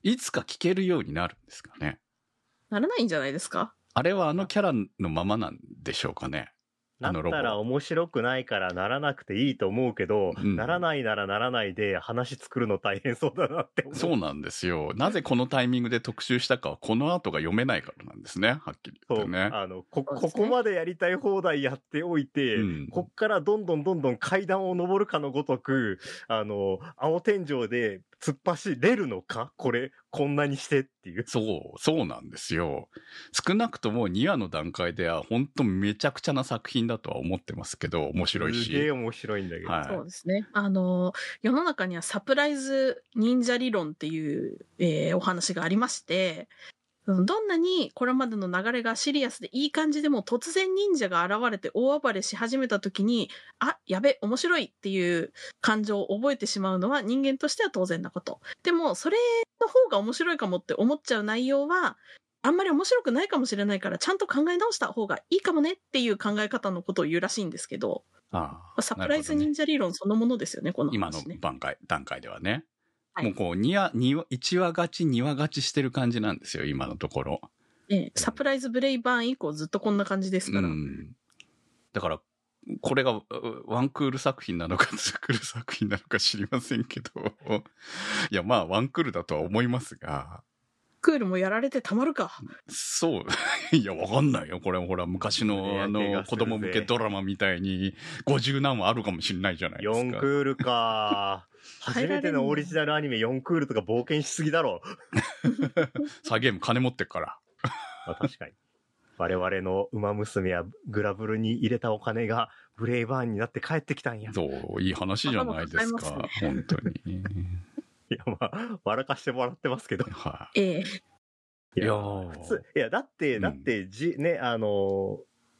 Speaker 3: いつか聞けるようになるんですかね。
Speaker 4: ならないんじゃないですか
Speaker 3: あれはあのキャラのままなんでしょうかね。
Speaker 1: な
Speaker 3: あ
Speaker 1: っ
Speaker 3: のロボ
Speaker 1: たら面白くないからならなくていいと思うけど、
Speaker 3: うん
Speaker 1: ならないならならないで話作るの大変そうだなって思う。
Speaker 3: そうなんですよ。なぜこのタイミングで特集したかはこの後が読めないからなんですね。はっきり言
Speaker 1: そ
Speaker 3: っ
Speaker 1: う、
Speaker 3: てね。
Speaker 1: あの、こ、
Speaker 4: そうで
Speaker 1: こ
Speaker 4: すね
Speaker 1: こまでやりたい放題やっておいて、
Speaker 3: うん
Speaker 1: こっからどんどんどんどん階段を上るかのごとく、あの、青天井で突っ走れるのかこれ、こんなにしてっていう。
Speaker 3: そう、そうなんですよ。少なくとも2話の段階では、本当めちゃくちゃな作品だとは思ってますけど、面白い
Speaker 1: すげえ
Speaker 3: し。
Speaker 1: 面白いんだけど。
Speaker 3: はい
Speaker 4: そうですね。あの、世の中にはサプライズ忍者理論っていう、えーお話がありまして、うんどんなにこれまでの流れがシリアスでいい感じでも突然忍者が現れて大暴れし始めた時に、あ、やべ、面白いっていう感情を覚えてしまうのは人間としては当然なこと。でも、それの方が面白いかもって思っちゃう内容は、あんまり面白くないかもしれないから、ちゃんと考え直した方がいいかもねっていう考え方のことを言うらしいんですけど、
Speaker 3: あ
Speaker 4: まあサプライズ忍者理論そのものですよね、この
Speaker 3: 今の
Speaker 4: 話ね。
Speaker 3: 段階段階ではね、
Speaker 4: はい
Speaker 3: もうこう2話2話1話勝ち2話勝ちしてる感じなんですよ今のところ、
Speaker 4: ええサプライズブレイバーン以降ずっとこんな感じです
Speaker 3: う
Speaker 4: から。
Speaker 3: ん、だからこれがうワンクール作品なのかツークール作品なのか知りませんけど *laughs* いやまあワンクールだとは思いますが
Speaker 4: クールもやられてたまるか。
Speaker 3: そう *laughs* いやわかんないよこれほら昔の
Speaker 1: い
Speaker 3: あ
Speaker 1: や気がす
Speaker 3: の
Speaker 1: るぜ
Speaker 3: 子供向けドラマみたいに50何話あるかもしれないじゃないですか
Speaker 1: 4クールか。初
Speaker 4: 耐えられんな
Speaker 1: めてのオリジナルアニメ4クールとか冒険しすぎだろ。
Speaker 3: さあゲーム金持ってっから
Speaker 1: まあ確かに。我々の馬娘やグラブルに入れたお金がブレイバーンになって帰ってきたんや。
Speaker 3: そういい話じゃないですか
Speaker 4: 頭抱
Speaker 3: 本当に *laughs*
Speaker 1: いやまあ、笑かしてもらってますけど。
Speaker 3: はい
Speaker 4: ええ
Speaker 3: いや
Speaker 1: 普
Speaker 3: 普
Speaker 1: 通、いやだって、
Speaker 3: うん
Speaker 1: だって、じ、ね、あの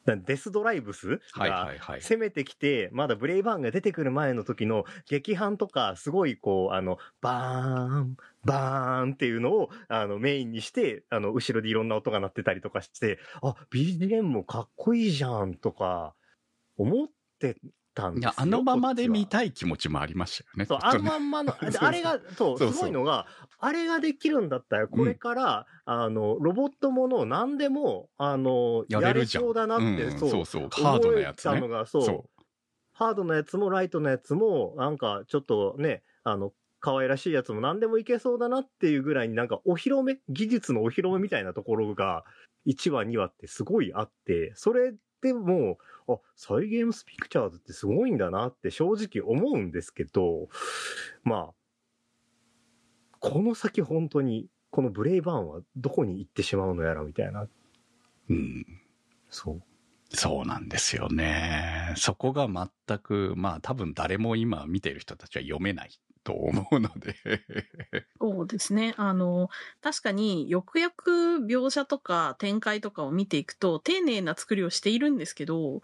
Speaker 1: ー、なんデスドライブス
Speaker 3: はい
Speaker 1: が
Speaker 3: はいはい。
Speaker 1: 攻めてきて、まだブレイバーンが出てくる前の時の劇伴とか、すごいこう、あの、バーン、バーンっていうのを、あの、メインにして、あの、後ろでいろんな音が鳴ってたりとかして、あ、BGM もかっこいいじゃんとか、思ってたんです
Speaker 3: い
Speaker 1: よ
Speaker 3: や、あのままで見
Speaker 1: い。
Speaker 3: たい気持ちもありましたよね。
Speaker 1: そう、
Speaker 3: きっ
Speaker 1: あ
Speaker 3: *laughs* と
Speaker 1: の
Speaker 3: ね
Speaker 1: まんまの、あ
Speaker 3: そうそう
Speaker 1: あれが、そう、
Speaker 3: そうそう
Speaker 1: すごいのが、あれができるんだったら、これから、あの、ロボットものを何でも、あの、
Speaker 3: や
Speaker 1: や
Speaker 3: れ
Speaker 1: れ
Speaker 3: るじゃん。
Speaker 1: そうだなって、
Speaker 3: うん
Speaker 1: そう、
Speaker 3: そうそうハードなやつ
Speaker 1: 覚え
Speaker 3: ね
Speaker 1: たの。が、そう、ハードなやつもライトなやつも、なんかちょっとね、あの、可愛らしいやつも何でもいけそうだなっていうぐらいになんかお披露目、技術のお披露目みたいなところが1話2話ってすごいあって、それでもう、あ、サイゲームスピクチャーズってすごいんだなって正直思うんですけど、まあ、この先本当に、このブレイバーンはどこに行ってしまうのやらみたいな。
Speaker 3: うん。
Speaker 1: そう。
Speaker 3: そうなんですよね。そこが全く、まあ多分誰も今見てる人たちは読めないと思うの *laughs* で。
Speaker 4: そうですね。あの、確かに、よくよく描写とか展開とかを見ていくと、丁寧な作りをしているんですけど、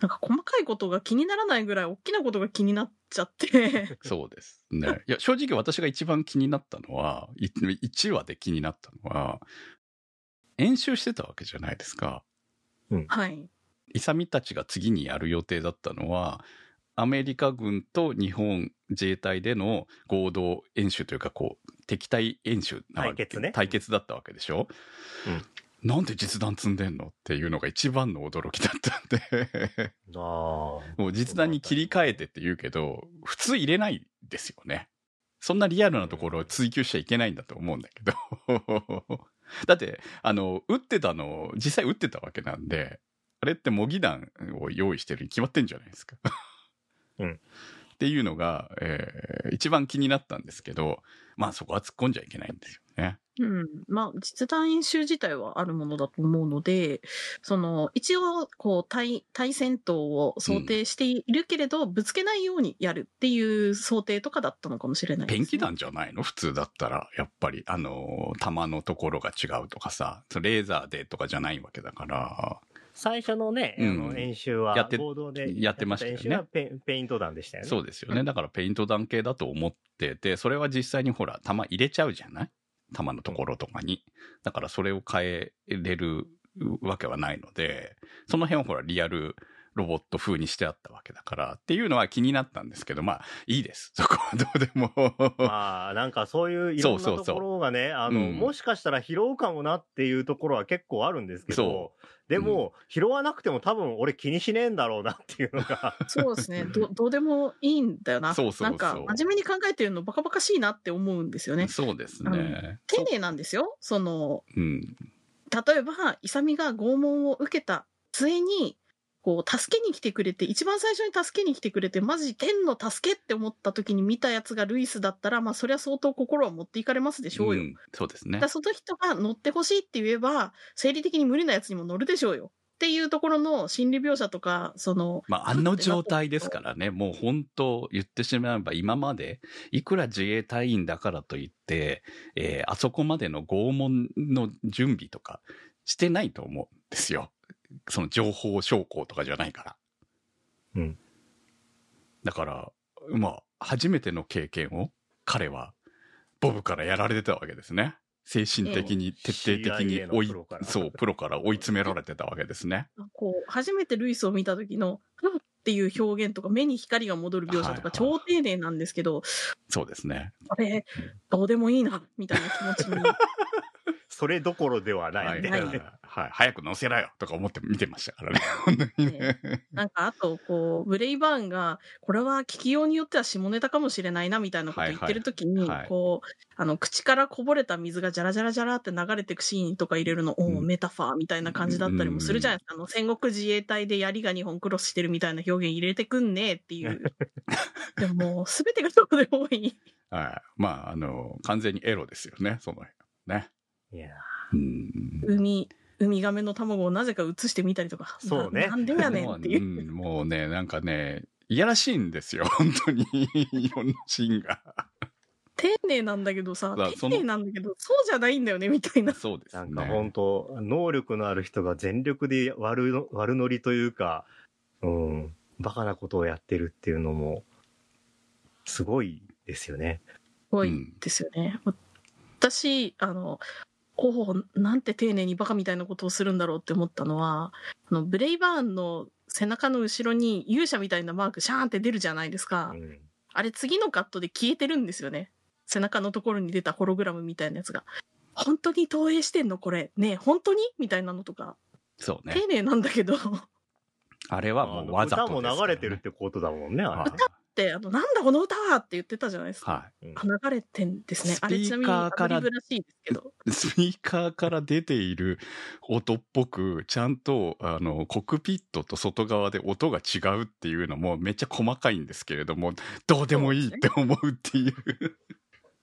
Speaker 4: なんか細かいことが気にならないぐらい大きなことが気になっち
Speaker 3: *laughs*
Speaker 4: ゃって、
Speaker 3: そうです。ね。いや、正直私が一番気になったのは、1話で気になったのは、演習してたわけじゃないですか。
Speaker 4: はい。
Speaker 3: イサミたちが次にやる予定だったのは、アメリカ軍と日本自衛隊での合同演習というか、こう、敵対演習なわけ
Speaker 1: 対決ね
Speaker 3: 対決だったわけでしょ、なんで実弾積んでんのっていうのが一番の驚きだったんで、
Speaker 1: ああ。
Speaker 3: もう実弾に切り替えてって言うけど、普通入れないですよね。そんなリアルなところを追求しちゃいけないんだと思うんだけど。 *laughs* だって、あの、撃ってたの、実際撃ってたわけなんで、あれって模擬弾を用意してるに決まってんじゃないですか。
Speaker 1: うん
Speaker 3: っていうのが、えー一番気になったんですけど、まあそこは突っ込んじゃいけないんですよね。
Speaker 4: うん。まあ、実弾演習自体はあるものだと思うので、その、一応、こう、対、対戦闘を想定しているけれど、ぶつけないようにやるっていう想定とかだったのかもしれないです、
Speaker 3: ペ
Speaker 4: ね。
Speaker 3: ンキ弾じゃないの普通だったら、やっぱり、あの、弾のところが違うとかさ、それレーザーでとかじゃないわけだから、
Speaker 1: 最初のね、
Speaker 3: うん
Speaker 1: あの演習は、
Speaker 3: やって
Speaker 1: 合同で
Speaker 3: やってましたよね
Speaker 1: やって演習はペペイント弾でしたよね。
Speaker 3: そうですよね。だからペイント弾系だと思ってて、それは実際にほら、弾入れちゃうじゃない弾のところとかに。だからそれを変えれるわけはないので、その辺はほら、リアルロボット風にしてあったわけだから、っていうのは気になったんですけど、まあ、いいです。そこはどうでも。
Speaker 1: まあ、なんかそういういろんな
Speaker 3: そうそうそ
Speaker 1: と
Speaker 3: う
Speaker 1: ころがね、あの、
Speaker 3: うん
Speaker 1: もしかしたら拾うかもなっていうところは結構あるんですけど
Speaker 3: そ、
Speaker 1: でも、拾わなくても多分俺気にしねえんだろうなっていうのが、
Speaker 4: そうですね。ど、どうでもいいんだよな。
Speaker 3: そうそうそう
Speaker 4: なんか、真面目に考えてるのバカバカしいなって思うんですよね。
Speaker 3: そうですね。
Speaker 4: 丁寧なんですよ。その、
Speaker 3: うん。
Speaker 4: 例えば、イサミが拷問を受けた末に、こう、助けに来てくれて、一番最初に助けに来てくれて、マジ天の助けって思った時に見たやつがルイスだったら、まあ、そりゃ相当心は持っていかれますでしょうよ。
Speaker 3: んそうですね
Speaker 4: だからその人が乗ってほしいって言えば、生理的に無理なやつにも乗るでしょうよ。っていうところの心理描写とか、その、
Speaker 3: まあ、あの状態ですからね、もう本当、言ってしまえば今まで、いくら自衛隊員だからといって、えーあそこまでの拷問の準備とかしてないと思うんですよ。その情報証拠とかじゃないから。
Speaker 1: うん。
Speaker 3: だから、まあ、初めての経験を、彼は、ボブからやられてたわけですね。精神的に、 *laughs* 徹底的に
Speaker 1: CIA の
Speaker 3: 追い
Speaker 1: プロから、
Speaker 3: そう、プロから追い詰められてたわけですね。
Speaker 4: こう、初めてルイスを見た時の、うんっていう表現とか、目に光が戻る描写とか、
Speaker 3: はいはい
Speaker 4: 超丁寧なんですけど、
Speaker 3: そうですね。
Speaker 4: あれ、どうでもいいな、みたいな気持ちに。
Speaker 1: それどころではな
Speaker 3: はいい、
Speaker 1: んだ
Speaker 3: は
Speaker 1: よ
Speaker 3: い
Speaker 1: ね。
Speaker 3: はい早く乗せろよとか思って見てましたから
Speaker 4: *laughs*
Speaker 3: ね、本当にね。
Speaker 4: なんか、あと、こう、ブレイバーンが、これは聞きようによっては下ネタかもしれないな、みたいなこと言ってる時に、
Speaker 3: はいはいはい
Speaker 4: こう、あの、口からこぼれた水がジャラジャラジャラって流れてくシーンとか入れるの、おー
Speaker 3: うん
Speaker 4: メタファーみたいな感じだったりもするじゃないですか。あの、戦国自衛隊で槍が2本クロスしてるみたいな表現入れてくんねえっていう。でももう、すべてがどうでもいい。
Speaker 3: はい、まあ、あの、完全にエロですよね、その辺ね。
Speaker 1: いや
Speaker 3: うん。
Speaker 4: 海、ウミガメの卵をなぜか映してみたりとか。
Speaker 1: そうね
Speaker 4: ななんでやねんって *laughs* いう。
Speaker 3: もううんもうね、なんかね、いやらしいんですよ、 *laughs* 本当に。いろんなシーン
Speaker 4: *laughs*
Speaker 3: が。
Speaker 4: 丁寧なんだけどさ
Speaker 3: だ、
Speaker 4: 丁
Speaker 3: その
Speaker 4: 寧なんだけど、そうじゃないんだよね、みたいな。
Speaker 3: そうです
Speaker 1: な
Speaker 3: ね。
Speaker 1: んか本当、能力のある人が全力で悪の悪ノリというか、うん、バカなことをやってるっていうのも、すごいですよね。
Speaker 4: すごいですよね。私、あの、おお、なんて丁寧にバカみたいなことをするんだろうって思ったのは、あのブレイバーンの背中の後ろに勇者みたいなマークシャーンって出るじゃないですか。
Speaker 1: うん、
Speaker 4: あれ次のカットで消えてるんですよね。背中のところに出たホログラムみたいなやつが。本当に投影してんのこれ。ねえ本当にみたいなのとか。
Speaker 3: そうね
Speaker 4: 丁。寧なんだけど。
Speaker 3: あれはもうわざとですから
Speaker 1: 歌
Speaker 3: ね、
Speaker 1: も流れてるってことだもんね、あ
Speaker 3: は
Speaker 1: れ
Speaker 3: い。
Speaker 4: で、あの、なんだこの歌はって言ってたじゃないですか。
Speaker 3: は
Speaker 1: うん
Speaker 4: あ流れてんですね。あれちなみ
Speaker 3: スピー
Speaker 4: に
Speaker 3: カ
Speaker 4: ア
Speaker 3: ー
Speaker 4: ド
Speaker 3: から
Speaker 4: リブらしいですけど。
Speaker 3: い。スピーカーから出ている音っぽく、ちゃんと、あの、コックピットと外側で音が違うっていうのもめっちゃ細かいんですけれども、どうでもいいって思うっていう。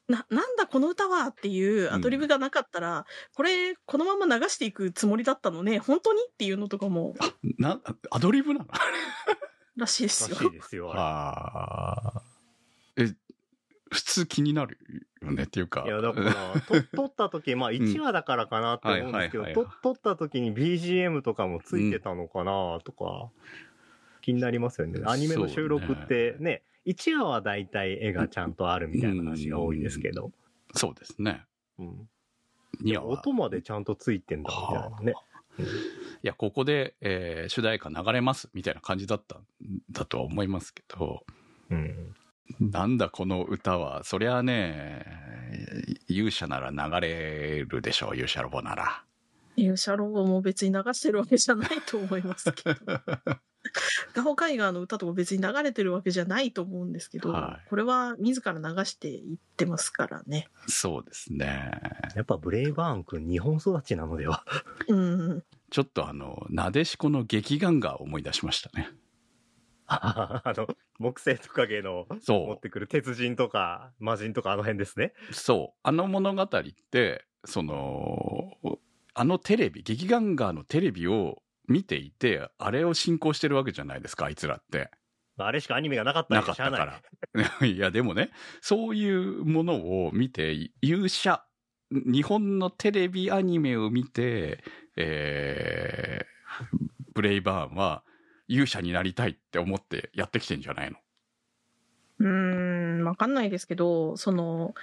Speaker 4: な、なんだこの歌はっていうアドリブがなかったら、これ、このまま流していくつもりだったのね、本当にっていうのとかも、
Speaker 3: な、アドリブなの
Speaker 4: らしいです
Speaker 1: ら
Speaker 4: よ。
Speaker 1: しいですよ。あ
Speaker 3: あーえ、普通気になるよねっていうか。
Speaker 1: れいや、だから、と撮った時、まあ1話だからかなって思うんですけど
Speaker 3: はいはいはい、
Speaker 1: と撮った時に BGM とかもついてたのかなとか、気になりますよね。アニメの収録ってね、1話は大体絵がちゃんとあるみたいな話が多いですけど、
Speaker 3: *laughs* そうですね。
Speaker 1: うん、
Speaker 3: いや、
Speaker 1: 音までちゃんとついてんだみたいなね。
Speaker 3: いや、ここで、えー主題歌流れますみたいな感じだったんだとは思いますけど、
Speaker 1: うん、
Speaker 3: なんだこの歌は、そりゃあね、勇者なら流れるでしょう、勇者ロボ
Speaker 1: *laughs*
Speaker 3: なら。
Speaker 4: 勇者ロボも別に流してるわけじゃないと思いますけど。ガホ海岸の歌とか別に流れてるわけじゃないと思うんですけど、
Speaker 3: はい
Speaker 4: これは自ら流していってますからね。
Speaker 3: そうですね。
Speaker 1: やっぱブレイバーン君日本育ちなのでは *laughs*
Speaker 4: うん。
Speaker 3: ちょっとあの、なでしこの劇ガンガー思い出しましたね。
Speaker 1: あの木星トカゲの
Speaker 3: そう。
Speaker 1: 持ってくる鉄人とか魔人とかあの辺ですね。
Speaker 3: そう。あの物語って、その、あのテレビ、劇ガンガーのテレビを見ていて、あれを進行してるわけじゃないですか、あいつらって。
Speaker 1: あれしかアニメがなかった
Speaker 3: な
Speaker 1: ら
Speaker 3: かっ
Speaker 1: しゃあな
Speaker 3: た
Speaker 1: い。
Speaker 3: から。 *laughs* いや、でもね、そういうものを見て、勇者、日本のテレビアニメを見て、えーブレイバーンは勇者になりたいって思ってやってきてんじゃないの
Speaker 4: うーん、わかんないですけど、その、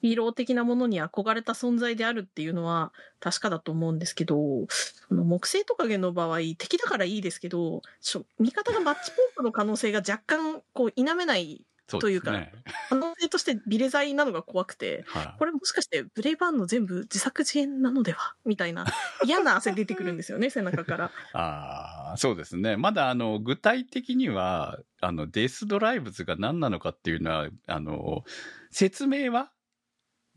Speaker 4: ヒーロー的なものに憧れた存在であるっていうのは確かだと思うんですけど、その木星トカゲの場合、敵だからいいですけど、しょ味方がマッチポンプの可能性が若干、こう、否めない、
Speaker 3: そう
Speaker 4: とい
Speaker 3: で
Speaker 4: う
Speaker 3: す
Speaker 4: か
Speaker 3: ね。
Speaker 4: 可能性としてビレザイなのが怖くて、
Speaker 3: はい
Speaker 4: これもしかしてブレイバーンの全部自作自演なのではみたいな嫌な汗出てくるんですよね、背中から。
Speaker 3: ああ、そうですね。まだ、あの、具体的には、あの、デスドライブズが何なのかっていうのは、あの、説明は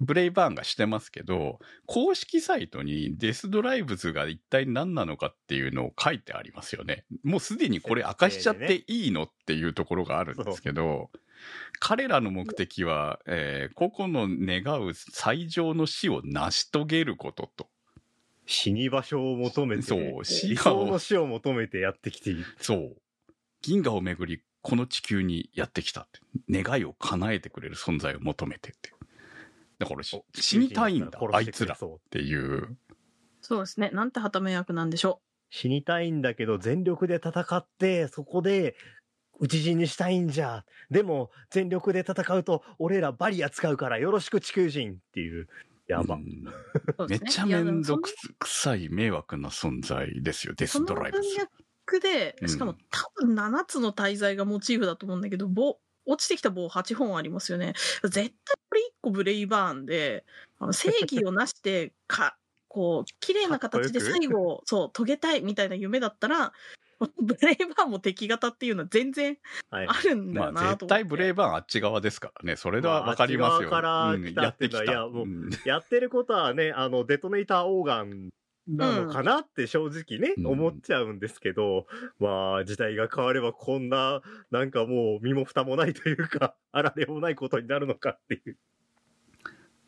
Speaker 3: ブレイバーンがしてますけど、公式サイトにデスドライブズが一体何なのかっていうのを書いてありますよね。もうすでにこれ明かしちゃっていいのっていうところがあるんですけど、彼らの目的は、えー個々の願う最上の死を成し遂げることと。
Speaker 1: 死に場所を求めて、
Speaker 3: そう死を
Speaker 1: 理想の死を求めてやってきている。
Speaker 3: そう。銀河をめぐり、この地球にやってきたって。願いを叶えてくれる存在を求めてって。だからし死にたいんだ、あいつらっ
Speaker 1: そう
Speaker 3: ていう。
Speaker 4: *laughs* そうですね。なんて旗迷惑なんでしょ
Speaker 1: 死にたいんだけど全力で戦ってそこで討ち死にしたいんじゃでも全力で戦うと俺らバリア使うからよろしく地球人っていうやば、
Speaker 3: うん
Speaker 4: う。そう
Speaker 3: め
Speaker 4: です
Speaker 3: っ
Speaker 4: ね
Speaker 3: ちゃめんど
Speaker 4: い
Speaker 3: く
Speaker 4: や
Speaker 3: さい迷惑な存在ですよ、デス
Speaker 4: その
Speaker 3: ド
Speaker 4: その
Speaker 3: ライブ
Speaker 4: 文
Speaker 3: ズ。
Speaker 4: 脈で
Speaker 3: う、ん
Speaker 4: しかも多分7つの大罪がモチーフだと思うんだけど、棒、落ちてきた棒8本ありますよね。絶対これ1個ブレイバーンで、あの正義をなして、か、 *laughs* こう、綺麗な形で
Speaker 1: かっこよく
Speaker 4: 最後を、そう、遂げたいみたいな夢だったら、ブレイバーンも敵型っていうのは全然
Speaker 1: はい
Speaker 4: あるんだ
Speaker 3: ま
Speaker 4: よなと思って。
Speaker 3: あ絶対ブレイバーンあっち側ですからね、それではわかりますよ。
Speaker 1: まああっち側から
Speaker 3: うん
Speaker 1: 来た
Speaker 3: やって
Speaker 1: っ
Speaker 3: き
Speaker 1: てい
Speaker 3: た。
Speaker 1: うのはもう
Speaker 3: うん
Speaker 1: やってることはねあのデトネーターオーガンなのかなって正直ね、
Speaker 3: うん
Speaker 1: 思っちゃうんですけど、まあ時代が変わればこんななんかもう身も蓋もないというか *laughs* あられもないことになるのかっていう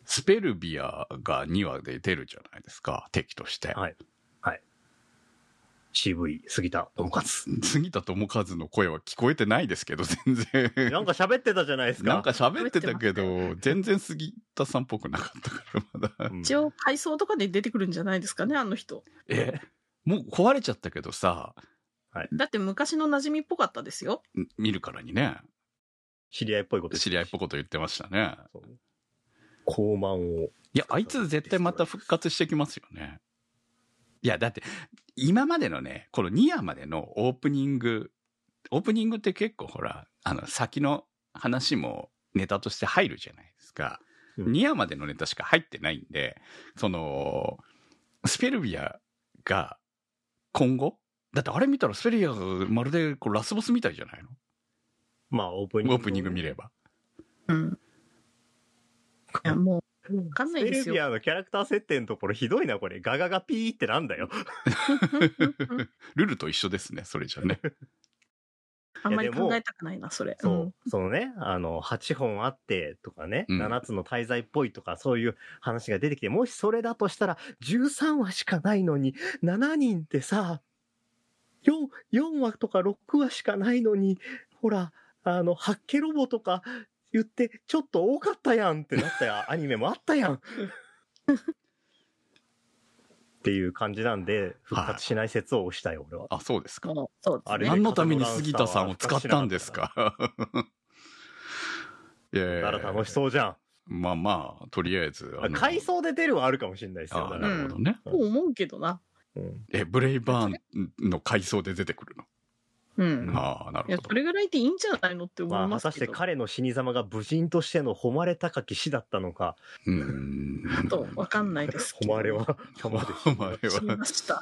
Speaker 3: スペルビアが2話で出るじゃないですか、敵として。
Speaker 1: はい渋い杉田智和
Speaker 3: 杉田智和の声は聞こえてないですけど、全然。
Speaker 1: なんか喋ってたじゃないですか
Speaker 3: なんか喋ってたけど、全然杉田さんっぽくなかったから、まだ。
Speaker 1: うん
Speaker 4: 一応、配送とかで出てくるんじゃないですかね、あの人。
Speaker 3: え、もう壊れちゃったけどさ、
Speaker 4: だって昔の馴染みっぽかったですよ。
Speaker 3: ん見るからにね、
Speaker 1: 知り合いっぽいこと
Speaker 3: 知り合いっぽい
Speaker 1: こ
Speaker 3: こと言ってましたね。
Speaker 1: と高慢を
Speaker 3: いや、あいつ絶対また復活してきますよね。いや、だって、今までのね、この2話までのオープニング、オープニングって結構ほら、あの、先の話もネタとして入るじゃないですか。
Speaker 1: うん
Speaker 3: 2話までのネタしか入ってないんで、その、スペルビアが今後だってあれ見たらスペルビアがまるでこうラスボスみたいじゃない
Speaker 1: まあオープニン
Speaker 3: の
Speaker 1: グ
Speaker 3: オープニング見
Speaker 1: *laughs*
Speaker 3: れば。
Speaker 4: うん。いや、もう、わかん
Speaker 1: ス
Speaker 4: な
Speaker 1: ペ
Speaker 4: いで
Speaker 1: ル
Speaker 4: す
Speaker 1: ビ
Speaker 4: よ。
Speaker 1: アのキャラクター設定のところひどいなこれガガガピーってなんだよ
Speaker 3: *laughs* ルルと一緒ですね、それじゃね。
Speaker 4: あんまり
Speaker 1: いやでも
Speaker 4: 考えたくないな、それ。
Speaker 1: そう、
Speaker 4: ん
Speaker 1: そのねあの8本あってとかね、
Speaker 3: うん
Speaker 1: 7つの滞在っぽいとかそういう話が出てきてもしそれだとしたら13話しかないのに7人ってさ 4, 4話とか6話しかないのにほらあのハッケロボとか言ってちょっと多かったやんってなったやアニメもあったやんっていう感じなんで復活しない説を押したよ俺は。
Speaker 3: あ、そうですか。
Speaker 4: そうそうです
Speaker 1: あれ
Speaker 4: ね。
Speaker 3: 何のために杉田さんを使ったんですか *laughs* いやいやい
Speaker 1: なら
Speaker 3: や
Speaker 1: 楽しそうじゃん。
Speaker 3: まあまあ、とりあえず。あの
Speaker 1: 回想で出るはあるかもしれないですよ。
Speaker 3: あ
Speaker 1: だか
Speaker 3: な
Speaker 1: ら
Speaker 3: るほどね。
Speaker 4: と思うけどな。
Speaker 1: うん
Speaker 3: え、ブレイバーンの回想で出てくるの。
Speaker 4: うん。
Speaker 3: ああ、ないる
Speaker 4: や、
Speaker 3: ほ
Speaker 4: そ
Speaker 3: ど。
Speaker 4: れぐらいでいいんじゃないのって思
Speaker 1: ま
Speaker 4: い
Speaker 1: あ、
Speaker 4: ま
Speaker 1: 果
Speaker 4: す
Speaker 1: たし
Speaker 4: け
Speaker 1: て
Speaker 4: ど。
Speaker 1: 彼の死に様が武人としての誉れ高き死だったのか、
Speaker 3: うーん。
Speaker 4: ちょっとわかんないですけど。
Speaker 1: 誉れは、玉で
Speaker 3: *laughs* お前
Speaker 4: 死に
Speaker 3: は
Speaker 4: ま。した。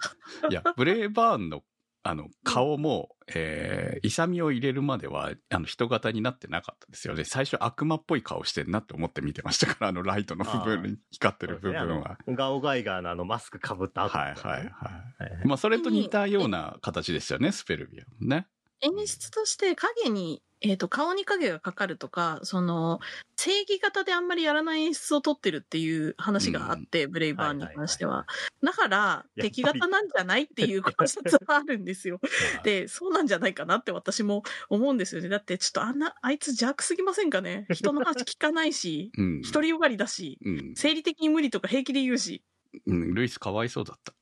Speaker 3: いや、ブレイバーンの、あの、顔も、えー、勇みを入れるまでは、あの、人型になってなかったですよね。最初、悪魔っぽい顔してんなって思って見てましたから、あの、ライトの部分に光ってる部分は。
Speaker 1: ガオガイガーのあのマスクかぶった後、
Speaker 3: はいはいはい。
Speaker 1: はい
Speaker 3: まあ、それと似たような形ですよね、スペルビアもね。
Speaker 4: 演出として影に、えっ、と、顔に影がかかるとか、その、正義型であんまりやらない演出を取ってるっていう話があって、ブレイバーンに関しては。だから、
Speaker 1: り
Speaker 4: 敵型なんじゃないっていう考察はある
Speaker 1: *laughs*
Speaker 4: んですよ。で、そうなんじゃないかなって私も思うんですよね。だって、ちょっとあんな、あいつ邪悪すぎませんかね人の話聞かないし、
Speaker 3: うん。
Speaker 4: 独りよがりだし、
Speaker 3: うん。
Speaker 4: 生理的に無理とか平気で言うし。
Speaker 3: うんルイスかわいそうだった。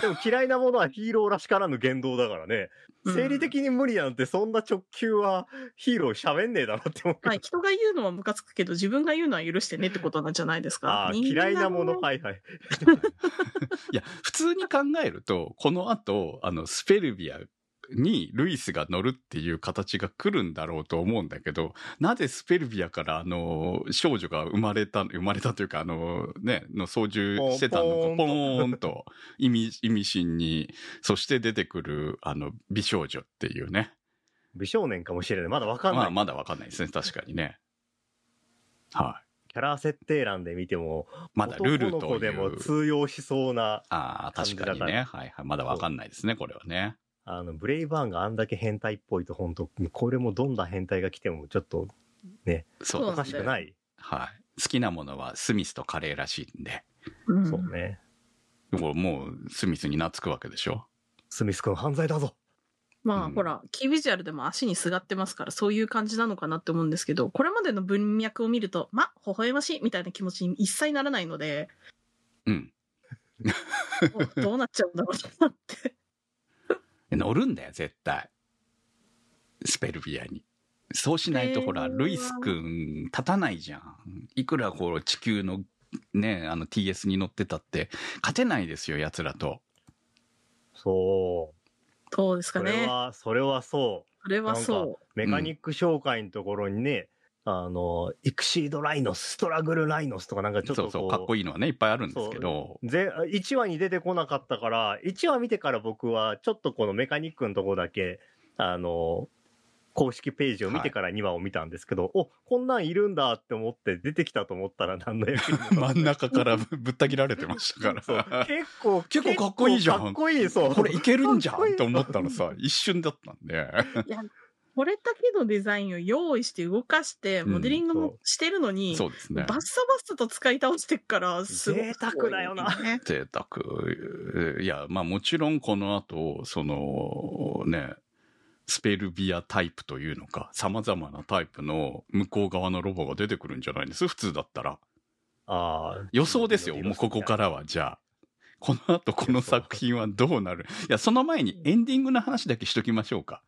Speaker 1: でも嫌いなものはヒーローらしからぬ言動だからね、
Speaker 4: うん
Speaker 1: 生理的に無理なんてそんな直球はヒーロー喋んねえだろって思うけど、
Speaker 4: まあ、人が言うのはムカつくけど、自分が言うのは許してねってことなんじゃないです
Speaker 1: あ
Speaker 4: か
Speaker 1: あ。
Speaker 4: 人間
Speaker 1: 嫌いなも
Speaker 4: が
Speaker 1: の
Speaker 4: ね
Speaker 1: はいはい
Speaker 3: いや、普通に考えると、この後、あの、スペルビアにルイスが乗るっていう形が来るんだろうと思うんだけど、なぜスペルビアから、あの、少女が生まれた、生まれたというか、あの、ね、の操縦してたのが、
Speaker 1: ポ
Speaker 3: ポ
Speaker 1: ー
Speaker 3: ーンと、意味、意味深に、そして出てくる、あの、美少女っていうね。
Speaker 1: 美少年かもしれないまだわかんない、
Speaker 3: まあ、まだわかんないですね、確かにね。はい。
Speaker 1: キャラ設定欄で見ても、
Speaker 3: まだルル
Speaker 1: 男の
Speaker 3: と
Speaker 1: 子でも
Speaker 3: いう。
Speaker 1: 通用しそうな、
Speaker 3: ああ、確かに
Speaker 1: 感じ
Speaker 3: ね。
Speaker 1: だ
Speaker 3: はいはい。まだわかんないですね、これはね。
Speaker 1: あの、ブレイバーンがあんだけ変態っぽいと、本当これもどんな変態が来ても、ちょっと
Speaker 3: そう
Speaker 4: そう
Speaker 1: お
Speaker 4: な
Speaker 1: か
Speaker 4: ん
Speaker 1: し
Speaker 4: だよ
Speaker 1: くない。
Speaker 3: はい。好きなものはスミスとカレーらしいんで、
Speaker 4: うん
Speaker 1: そうね。
Speaker 3: もうもうスミスに懐くわけでしょ。
Speaker 1: スミス君犯罪だぞ。
Speaker 4: まあ、
Speaker 3: うん
Speaker 4: ほら、キービジュアルでも足にすがってますから、そういう感じなのかなって思うんですけど、これまでの文脈を見ると、ま、微笑ましいみたいな気持ちに一切ならないので、
Speaker 3: うん。
Speaker 4: おどうなっちゃうんだろうなって。 *laughs*
Speaker 3: 乗るんだよ、絶対。スペルビアに。そうしないと、ほら、
Speaker 4: スペルビア
Speaker 3: ルイス君、立たないじゃん。いくら、こう、地球の、ね、あの、TS に乗ってたって、勝てないですよ、奴らと。
Speaker 1: そう。
Speaker 4: どうですか
Speaker 1: それ
Speaker 4: ね。
Speaker 1: は、それはそ。
Speaker 4: それはそう
Speaker 1: メカニック紹介のところにね、あの、イクシードライノス、ストラグルライノスとかなんかちょっと
Speaker 3: そ
Speaker 1: こ
Speaker 3: う
Speaker 1: う。
Speaker 3: そう、かっこいいのはね、いっぱいあるんですけど、
Speaker 1: ぜ1話に出てこなかったから、1話見てから僕は、ちょっとこのメカニックのとこだけ、あの、公式ページを見てから2話を見たんですけど、おこんなんいるんだって思って出てきたと思ったら何の役にも
Speaker 3: *laughs* 真ん中からぶぶった切られてましたか
Speaker 1: そう
Speaker 3: ら。
Speaker 1: 結構、
Speaker 3: *laughs* 結構かっこいいじゃ
Speaker 1: 結構
Speaker 3: ん
Speaker 1: かっこいい、そう。
Speaker 3: これいけるんじゃ
Speaker 1: かっこい
Speaker 3: ん
Speaker 1: い
Speaker 3: と思ったのさ、一瞬だったんで。
Speaker 4: いや、これだけのデザインを用意して動かして、
Speaker 3: うん
Speaker 4: モデリングもしてるのに、
Speaker 3: そうです
Speaker 4: バ
Speaker 3: ね
Speaker 4: ッ。サバッサと使い倒してくから、すごい、
Speaker 1: 贅沢だよな
Speaker 4: ね。
Speaker 3: 贅沢。いや、まあもちろんこの後、その、ね、スペルビアタイプというのか、様々なタイプの向こう側のロボが出てくるんじゃないんです普通だったら。
Speaker 1: あー
Speaker 3: 予想ですよ、もうここからは。じゃあ。この後この作品はどうなるいや、その前にエンディングの話だけしときましょうか。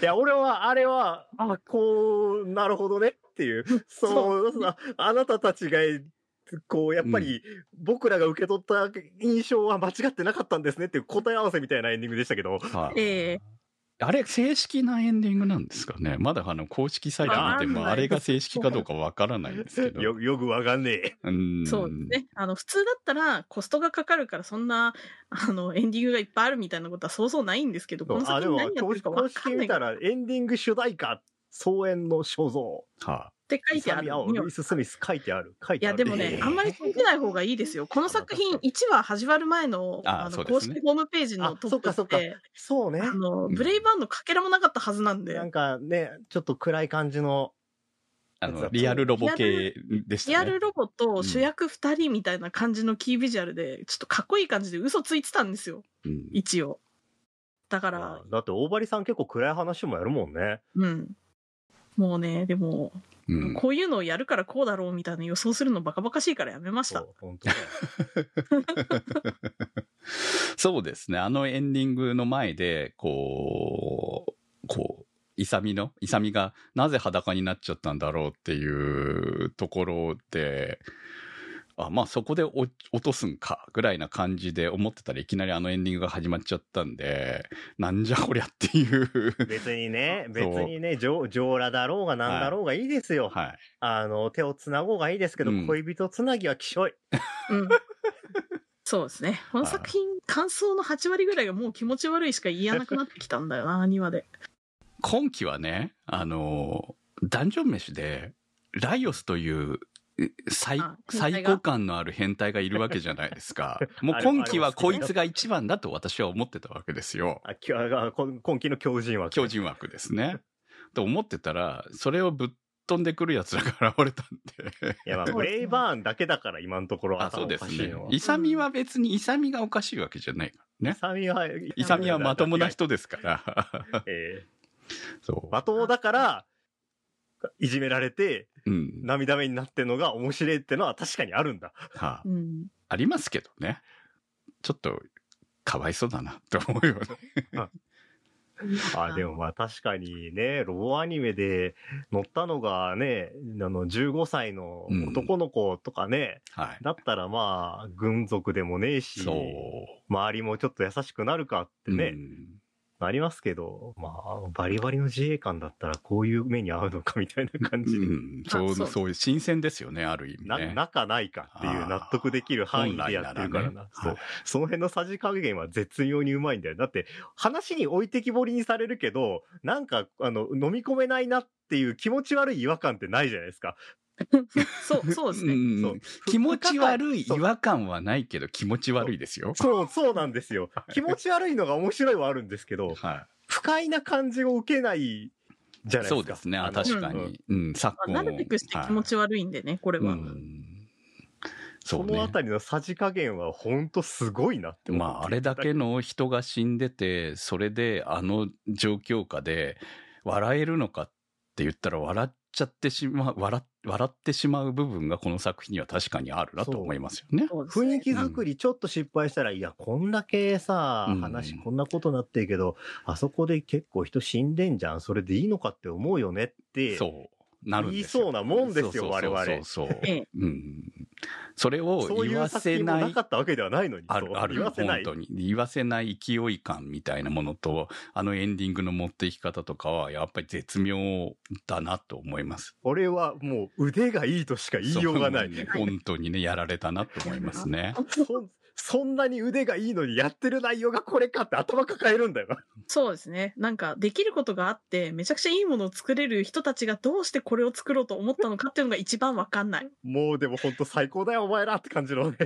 Speaker 1: いや、俺は、あれは、あ、こう、なるほどねって
Speaker 4: *laughs*
Speaker 1: いう、そう、ああなたたちが、こう、やっぱり、僕らが受け取った印象は間違ってなかったんですねっていう答え合わせみたいなエンディングでしたけど、
Speaker 3: はい
Speaker 4: ええ
Speaker 3: あれ、正式なエンディングなんですかねまだあの、公式サイト見ても、
Speaker 4: あ
Speaker 3: あれが正式かどうかわからないんですけど。
Speaker 1: よ、よくわかんねえ。
Speaker 3: うん
Speaker 4: そうですね。あの、普通だったら、コストがかかるから、そんな、あの、エンディングがいっぱいあるみたいなことはそうそうないんですけど、この
Speaker 1: あ、
Speaker 4: 先
Speaker 1: でも
Speaker 4: 何やって、
Speaker 1: 公
Speaker 4: る
Speaker 1: 式
Speaker 4: かわ
Speaker 1: 公
Speaker 4: か
Speaker 1: 式
Speaker 4: んない
Speaker 1: 見
Speaker 4: った
Speaker 1: ら、エンディング主題歌、創演の肖像、
Speaker 3: は
Speaker 4: て書いてある
Speaker 1: 勇青、ルイス・スミス、書いてある。書い
Speaker 4: い
Speaker 1: てあ
Speaker 4: や
Speaker 1: る。
Speaker 4: でもね、あんまり見てない方がいいですよ。この作品、1話始まる前の
Speaker 3: あ
Speaker 4: あの
Speaker 3: そうで
Speaker 4: 公
Speaker 3: すね
Speaker 4: 式ホームページのト
Speaker 1: あそ
Speaker 4: ップっ、
Speaker 1: っかそってそうね
Speaker 4: あ。の
Speaker 3: うん
Speaker 4: ブレイバーンのかけらもなかったはずなんで
Speaker 1: な、んかね、ちょっと暗い感じの、
Speaker 3: あの、リアルロボ系でし
Speaker 4: リ
Speaker 3: た
Speaker 4: ア
Speaker 3: ね
Speaker 4: ル。ロボと主役2人みたいな感じのキービジュアルで、ちょっとかっこいい感じで嘘ついてたんですよ、
Speaker 3: うん
Speaker 4: 一応。だから、
Speaker 1: だって大張さん結構暗い話もやるもんね。
Speaker 4: うん。もうね、でも、
Speaker 3: うん
Speaker 4: こういうのをやるからこうだろうみたいな予想するのバカバカしいからやめまし
Speaker 1: そ
Speaker 4: た
Speaker 1: う。、本当ね。
Speaker 3: *laughs* そうですね。あのエンディングの前で、こう、こう、イサミの、イサミがなぜ裸になっちゃったんだろうっていうところで、あまあそこでお落とすんかぐらいな感じで思ってたらいきなりあのエンディングが始まっちゃったんで、なんじゃこりゃっていう。
Speaker 1: 別にね、別
Speaker 3: そう
Speaker 1: にね、上上裸だろうがなんだろうがいいですよ。
Speaker 3: はい。
Speaker 1: あの、手をつなごうがいいですけど、
Speaker 3: うん
Speaker 1: 恋人つなぎはきしょい。
Speaker 4: うん。そうですね。この作品、感想の8割ぐらいがもう気持ち悪いしか言えなくなってきたんだよな、2話で。
Speaker 3: 今期はね、あのー、ダンジョン飯で、ライオスという、え最
Speaker 4: あ、変
Speaker 3: 最
Speaker 4: 態が
Speaker 3: 高感のある変態がいるわけじゃないです
Speaker 4: *laughs*
Speaker 3: か。もう
Speaker 1: あれ
Speaker 3: 今期はこい
Speaker 1: あれ
Speaker 3: つが一番だと私は思ってたわけですよ。
Speaker 1: あ、きあこ今期の狂人は。
Speaker 3: 強人枠ですね。と思ってたら、それをぶっ飛んでくる奴らが現れたん
Speaker 4: *laughs*
Speaker 3: で。
Speaker 1: いや、まあ、ブレイバーンだけだから、今のところ
Speaker 3: あ、そうですね。イ
Speaker 1: イ
Speaker 3: サミは別にイサミがおかしいわけじゃないからね。
Speaker 1: サミは、
Speaker 3: イサミはまともな。人ですから。 *laughs*
Speaker 1: え
Speaker 3: そ
Speaker 1: ー、まともだから、いじめられて、
Speaker 3: う。うん。
Speaker 1: 涙目になってんのが面白いってのは確かにあるんだ。
Speaker 3: はあ
Speaker 4: うん。
Speaker 3: ありますけどね。ちょっと、かわいそうだなって思うよね。 *laughs*
Speaker 1: あ、でもまあ確かにね、ロボアニメで乗ったのがね、あの、15歳の男の子とかね、
Speaker 3: はい。
Speaker 1: だったらまあ、軍属でもねえし、
Speaker 3: そう。
Speaker 1: 周りもちょっと優しくなるかってね、
Speaker 3: うん
Speaker 1: ありますけど、まあ、バリバリの自衛官だったらこういう目に遭うのかみたいな感
Speaker 3: う
Speaker 1: じで、
Speaker 3: ん、そう
Speaker 4: そ
Speaker 3: そうういう新鮮ですよねある意味
Speaker 1: な、
Speaker 3: ね
Speaker 1: 仲ないかっていう納得できる範囲でやってるからな。
Speaker 3: 本来ならね
Speaker 1: そ
Speaker 3: は
Speaker 1: う。その辺のさじ加減は絶妙にうまいんだよ。だって、話に置いてきぼりにされるけど、なんか、あの、飲み込めないなっていう気持ち悪い違和感ってないじゃないですか。
Speaker 4: そう、そうですね。
Speaker 3: ん
Speaker 1: そう
Speaker 3: 気持ち悪い
Speaker 1: そう
Speaker 3: 違和感はないけど気持ち悪いですよ。
Speaker 1: そう、そうなんですよ。気持ち悪いのが面白いはあるんですけど、
Speaker 3: は
Speaker 1: 不快な感じを受けないじゃないです
Speaker 3: い、
Speaker 1: か。
Speaker 3: そうですね
Speaker 1: あ
Speaker 3: あ
Speaker 1: の
Speaker 3: 確か
Speaker 1: うん
Speaker 3: に、うん昨今
Speaker 4: まあ慣れてくして気持ち悪いんでね、これ
Speaker 3: は
Speaker 4: は。
Speaker 3: いうんそ
Speaker 1: そうの
Speaker 3: ね
Speaker 1: あたりのさじ加減は本当すごいなって思って
Speaker 3: まああれだけの人が死んでてそれであの状況下で笑えるのかって言ったら笑っちゃってしまう笑っ笑ってしまう部分がこの作品には確かにあるなと思いますよね。
Speaker 4: そうです
Speaker 1: 雰
Speaker 4: ね
Speaker 1: 囲気作りちょっと失敗したら、いや、こんだけさ
Speaker 3: う、ん
Speaker 1: 話こんなことなってるけど、あそこで結構人死んでんじゃん、それでいいのかって思うよねって、
Speaker 3: そうなるんですよ
Speaker 1: 言いそうなもんですよ
Speaker 3: そうそう
Speaker 1: 我々
Speaker 3: そうそう
Speaker 4: ええ
Speaker 3: うん、それを
Speaker 1: そうい
Speaker 3: 言わ
Speaker 1: う作
Speaker 3: せ
Speaker 1: 品も
Speaker 3: な
Speaker 1: ないかったわけではないのに、
Speaker 3: あ
Speaker 1: そう
Speaker 3: る、ある、
Speaker 1: 言わせな
Speaker 3: 本
Speaker 1: い。
Speaker 3: 当に。言わせない勢い感みたいなものと、あのエンディングの持っていき方とかは、やっぱり絶妙だなと思います。
Speaker 1: 俺はもう腕がいいとしか言いようがない。
Speaker 3: *laughs* そうね本当にね、やられたなと思いますね。
Speaker 1: そそんなに腕がいいのにやってる内容がこれかって頭抱えるんだよな。
Speaker 4: そうですね。なんか、できることがあって、めちゃくちゃいいものを作れる人たちがどうしてこれを作ろうと思ったのかっていうのが一番わかんない。
Speaker 1: もうでも本当最高だよお前らって感じのね。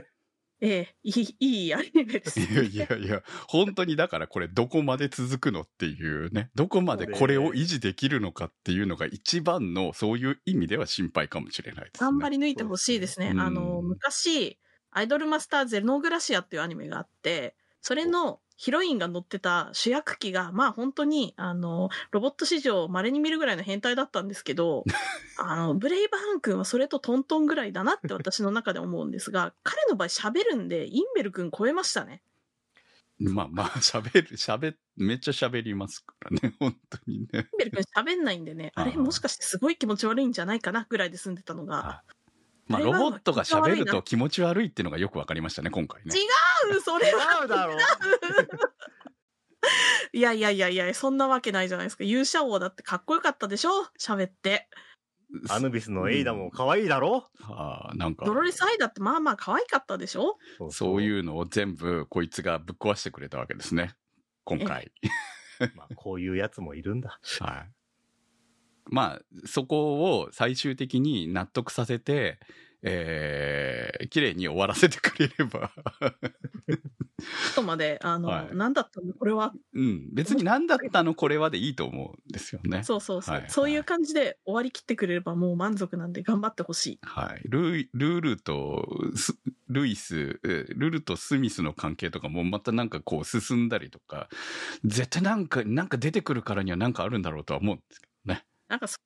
Speaker 4: ええ、いい、いいアニメです。
Speaker 3: いやいやいや、本当にだからこれどこまで続くのっていうね、どこまでこれを維持できるのかっていうのが一番のそういう意味では心配かもしれないですね。
Speaker 4: 頑張り抜いてほしいですね。
Speaker 3: うん
Speaker 4: あの、昔、アイドルマスターゼノグラシアっていうアニメがあって、それのヒロインが乗ってた主役機が、まあ本当に、あの、ロボット史上稀に見るぐらいの変態だったんですけ
Speaker 3: *laughs*
Speaker 4: ど、あの、ブレイバーン君はそれとトントンぐらいだなって私の中で思うんですが、彼の場合喋るんで、インベル君超えましたね。
Speaker 3: まあまあ、喋る、喋、めっちゃ喋りますからね、本当にね。
Speaker 4: インベル君喋んないんでね、あれ
Speaker 3: あー
Speaker 4: もしかしてすごい気持ち悪いんじゃないかなぐらいで済んでたのが、
Speaker 3: まあ、
Speaker 4: あ
Speaker 3: ロ
Speaker 4: れは
Speaker 3: ボットが喋ると気持ち悪いっていうのがよくわかりましたね、今回ね。
Speaker 4: あうそれは
Speaker 1: 違うだろう。
Speaker 4: いやいやいやいや、そんなわけないじゃないですか。勇者王だってかっこよかったでしょ喋って。
Speaker 1: *laughs* アヌビスのエイダも可愛いだろ
Speaker 3: ああ、なんか
Speaker 4: ド、ロレス・アイだってまあまあ可愛かったでしょ
Speaker 3: そう
Speaker 1: う。
Speaker 3: いうのを全部こいつがぶっ壊してくれたわけですね、今回。
Speaker 1: まあこういうやつもいるん
Speaker 3: *laughs*
Speaker 1: だ。
Speaker 3: はい。まあ、そこを最終的に納得させて、えー、綺麗に終わらせてくれれば。 *laughs*
Speaker 4: ちょっとまで、あの、
Speaker 3: はい
Speaker 4: なんだったのこれは。
Speaker 3: うん。別に何だったのこれはでいいと思うんですよね。
Speaker 4: そうそうそう。
Speaker 3: はい
Speaker 4: そういう感じで終わりきってくれればもう満足なんで頑張ってほしい。
Speaker 3: はい。ルー、ルールとス、ルイス、えールルとスミスの関係とかもまたなんかこう進んだりとか、絶対なんか、なんか出てくるからにはなんかあるんだろうとは思うんですけ
Speaker 4: なんかそ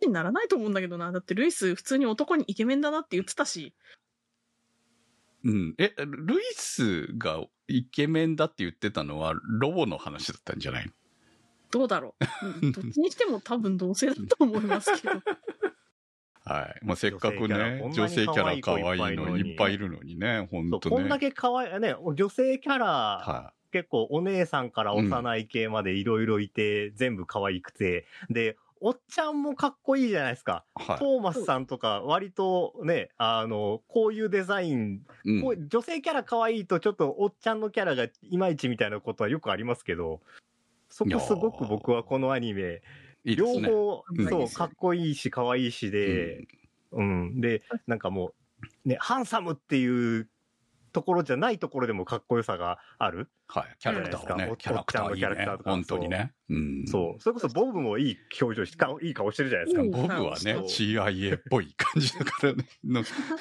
Speaker 4: ういうふうにならないと思うんだけどな。だってルイス普通に男にイケメンだなって言ってたし。
Speaker 3: ど。うん。え、ルイスがイケメンだって言ってたのはロボの話だったんじゃないの
Speaker 4: どうだろ
Speaker 3: *laughs*
Speaker 4: う、うんどっちにしても多分同性だと思いますけど。
Speaker 3: はい。まあ、せっかくね、女
Speaker 1: 女
Speaker 3: 性
Speaker 1: 性
Speaker 3: キ
Speaker 1: キ
Speaker 3: ャ
Speaker 1: ャ
Speaker 3: ラ
Speaker 1: ラ
Speaker 3: 可
Speaker 1: 可
Speaker 3: 愛
Speaker 1: 愛
Speaker 3: い
Speaker 1: い
Speaker 3: の
Speaker 1: の
Speaker 3: い
Speaker 1: い
Speaker 3: っ
Speaker 1: っ
Speaker 3: ぱ
Speaker 1: ぱ
Speaker 3: い
Speaker 1: い
Speaker 3: い
Speaker 1: い
Speaker 3: るのにね、ほん
Speaker 1: そう
Speaker 3: と
Speaker 1: こんだ
Speaker 3: ね。
Speaker 1: け可愛い、ね、女性キャラ、
Speaker 3: は
Speaker 1: 結構お姉さんから幼い系までいろいろいて、全部可愛くて。で、おっちゃんもかっこいいじゃないですか。
Speaker 3: い。は
Speaker 1: トーマスさんとか割とね、あの、こういうデザイン、
Speaker 3: い。うん
Speaker 1: こう女性キャラ可愛いとちょっとおっちゃんのキャラがいまいちみたいなことはよくありますけど、そこすごく僕はこのアニメ、
Speaker 3: いいで
Speaker 1: 両
Speaker 3: すね。
Speaker 1: 方、
Speaker 3: うん
Speaker 1: そう、かっこいいし可愛いしで、うん。で、なんかもう、ね、ハンサムっていうところじゃないところでもかっこよさがある。
Speaker 3: はい。キャラクターをね、キ
Speaker 1: じ
Speaker 3: ャ
Speaker 1: ゃな
Speaker 3: ラ
Speaker 1: い
Speaker 3: ク
Speaker 1: です
Speaker 3: タ
Speaker 1: かおっちゃん
Speaker 3: ーいい
Speaker 1: のキャラクター
Speaker 3: ね。
Speaker 1: とか
Speaker 3: 本当にね。うん。
Speaker 1: そう。それこそボブもいい表情し、かいい顔してるじゃないですか
Speaker 4: う。ん
Speaker 3: 僕はね、
Speaker 1: そう
Speaker 3: CIA っぽい感じだからね。の *laughs*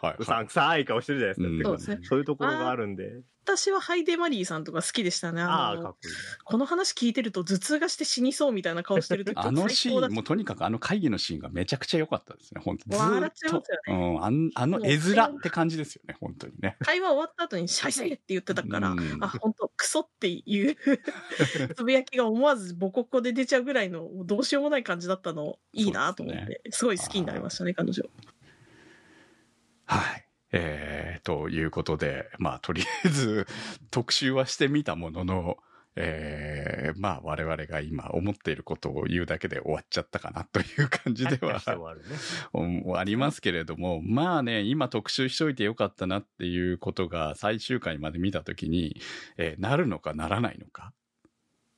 Speaker 3: はいう
Speaker 1: さんくさい顔してるじゃないですか。
Speaker 4: そ
Speaker 1: そう
Speaker 4: ですね
Speaker 1: そういうところがあるんで。
Speaker 4: 私はハイデ・マリーさんとか好きでしたね。
Speaker 1: あ
Speaker 4: あ
Speaker 1: あー、か
Speaker 4: の
Speaker 1: っこいいな。
Speaker 4: この話聞いてると頭痛がして死にそうみたいな顔してる時
Speaker 3: *laughs* あのシ
Speaker 4: 最高
Speaker 3: ー
Speaker 4: だ
Speaker 3: ン、
Speaker 4: し
Speaker 3: もうとにかくあの会議のシーンがめちゃくちゃ良かったですね、本当ずー
Speaker 4: 笑
Speaker 3: っ
Speaker 4: っちゃい
Speaker 3: と
Speaker 4: ますよ。
Speaker 3: う
Speaker 4: ね
Speaker 3: ん、あんあの絵面って感じですよね、本当にね。
Speaker 4: 会話終わった後にシャイシャイって言ってたから、
Speaker 3: うん
Speaker 4: あ、本当クソっていう
Speaker 3: *laughs*
Speaker 4: つぶやきが思わずボコボコで出ちゃうぐらいの、どうしようもない感じだったの、いいなと思って、
Speaker 3: そう
Speaker 4: す,、
Speaker 3: で
Speaker 4: ごい好きになりましたね、彼女。
Speaker 3: はい。えー、ということで、まあ、とりあえず、特集はしてみたものの、えーまあ我々が今思っていることを言うだけで終わっちゃったかなという感
Speaker 1: *laughs*
Speaker 3: じでは
Speaker 1: して終わるね。
Speaker 3: うんありますけれども、まあね、今特集しといてよかったなっていうことが最終回まで見たときに、えーなるのかならないのか。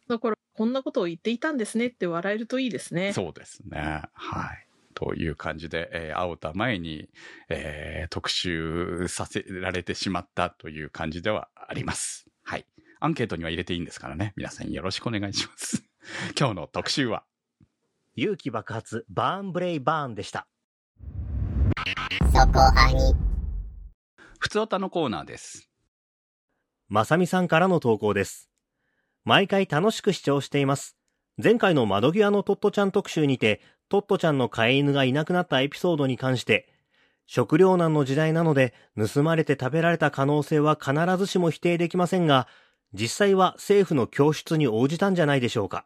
Speaker 4: だから、こんなことを言っていたんですねって笑えるといいですね。
Speaker 3: そうですね。はい。という感じで、えー、青田前に、えー特集させられてしまったという感じではあります。はい。アンケートには入れていいんですからね。皆さんよろしくお願いします。 *laughs* 今日の特集は、
Speaker 1: 勇気爆発、バーンブレイバーンでした。
Speaker 2: そこあに
Speaker 3: ふつおたのコーナーです。
Speaker 1: まさみさんからの投稿です。毎回楽しく視聴しています。前回の窓際のトットちゃん特集にて、トットちゃんの飼い犬がいなくなったエピソードに関して、食糧難の時代なので、盗まれて食べられた可能性は必ずしも否定できませんが、実際は政府の供出に応じたんじゃないでしょうか。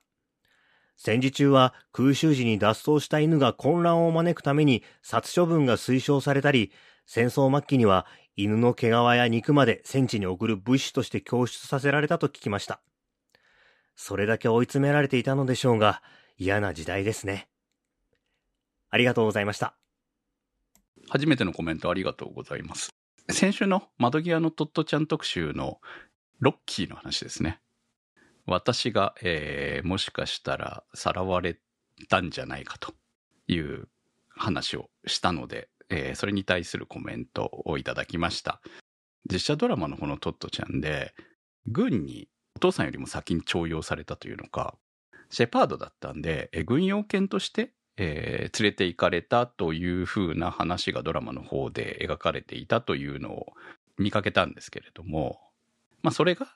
Speaker 1: 戦時中は空襲時に脱走した犬が混乱を招くために殺処分が推奨されたり、戦争末期には犬の毛皮や肉まで戦地に送る物資として供出させられたと聞きました。それだけ追い詰められていたのでしょうが、嫌な時代ですね。ありがとうございました。
Speaker 3: 初めてのコメントありがとうございます。先週の窓際のトットちゃん特集のロッキーの話ですね。私が、えーもしかしたらさらわれたんじゃないかという話をしたので、えーそれに対するコメントをいただきました。実写ドラマのこのトットちゃんで、軍にお父さんよりも先に徴用されたというのか、シェパードだったんで、えー軍用犬としてえー連れて行かれたというふうな話がドラマの方で描かれていたというのを見かけたんですけれども、まあ、それが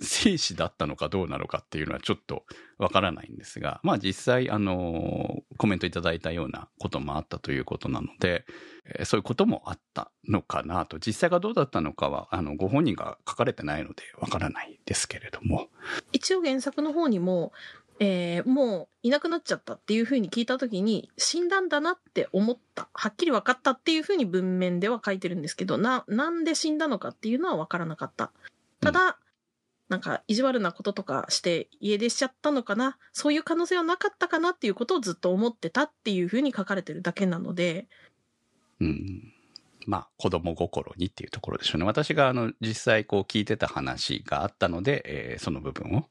Speaker 3: 生死だったのかどうなのかっていうのはちょっとわからないんですが、まあ、実際、あのコメントいただいたようなこともあったということなので、えーそういうこともあったのかなと実際がどうだったのかはあのご本人が書かれてないのでわからないですけれども
Speaker 4: 一応原作の方にも、えーもういなくなっちゃったっていうふうに聞いた時に死んだんだなって思ったはっきり分かったっていうふうに文面では書いてるんですけどななんで死んだのかっていうのは分からなかったただ、なんか意地悪なこととかして家出しちゃったのかなそういう可能性はなかったかなっていうことをずっと思ってたっていうふうに書かれてるだけなので
Speaker 3: うん。まあ、子供心にっていうところでしょうね。私が、あの、実際、こう、聞いてた話があったので、えーその部分を、えー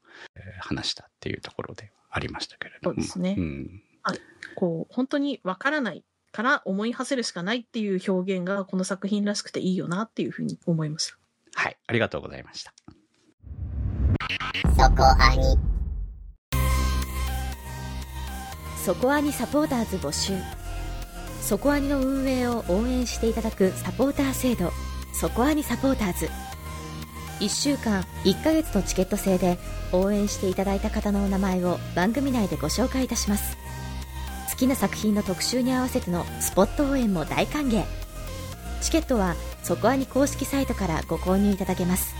Speaker 3: 話したっていうところでありましたけれども。
Speaker 4: そうですね
Speaker 3: うん。
Speaker 4: こう本当に分からないから思い馳せるしかないっていう表現がこの作品らしくていいよなっていうふうに思いました。
Speaker 3: はい。ありがとうございました。
Speaker 2: そこあに
Speaker 5: そこアニサポーターズ募集そこアニの運営を応援していただくサポーター制度そこアニサポーターズ1週間1ヶ月のチケット制で応援していただいた方のお名前を番組内でご紹介いたします好きな作品の特集に合わせてのスポット応援も大歓迎チケットはそこアニ公式サイトからご購入いただけます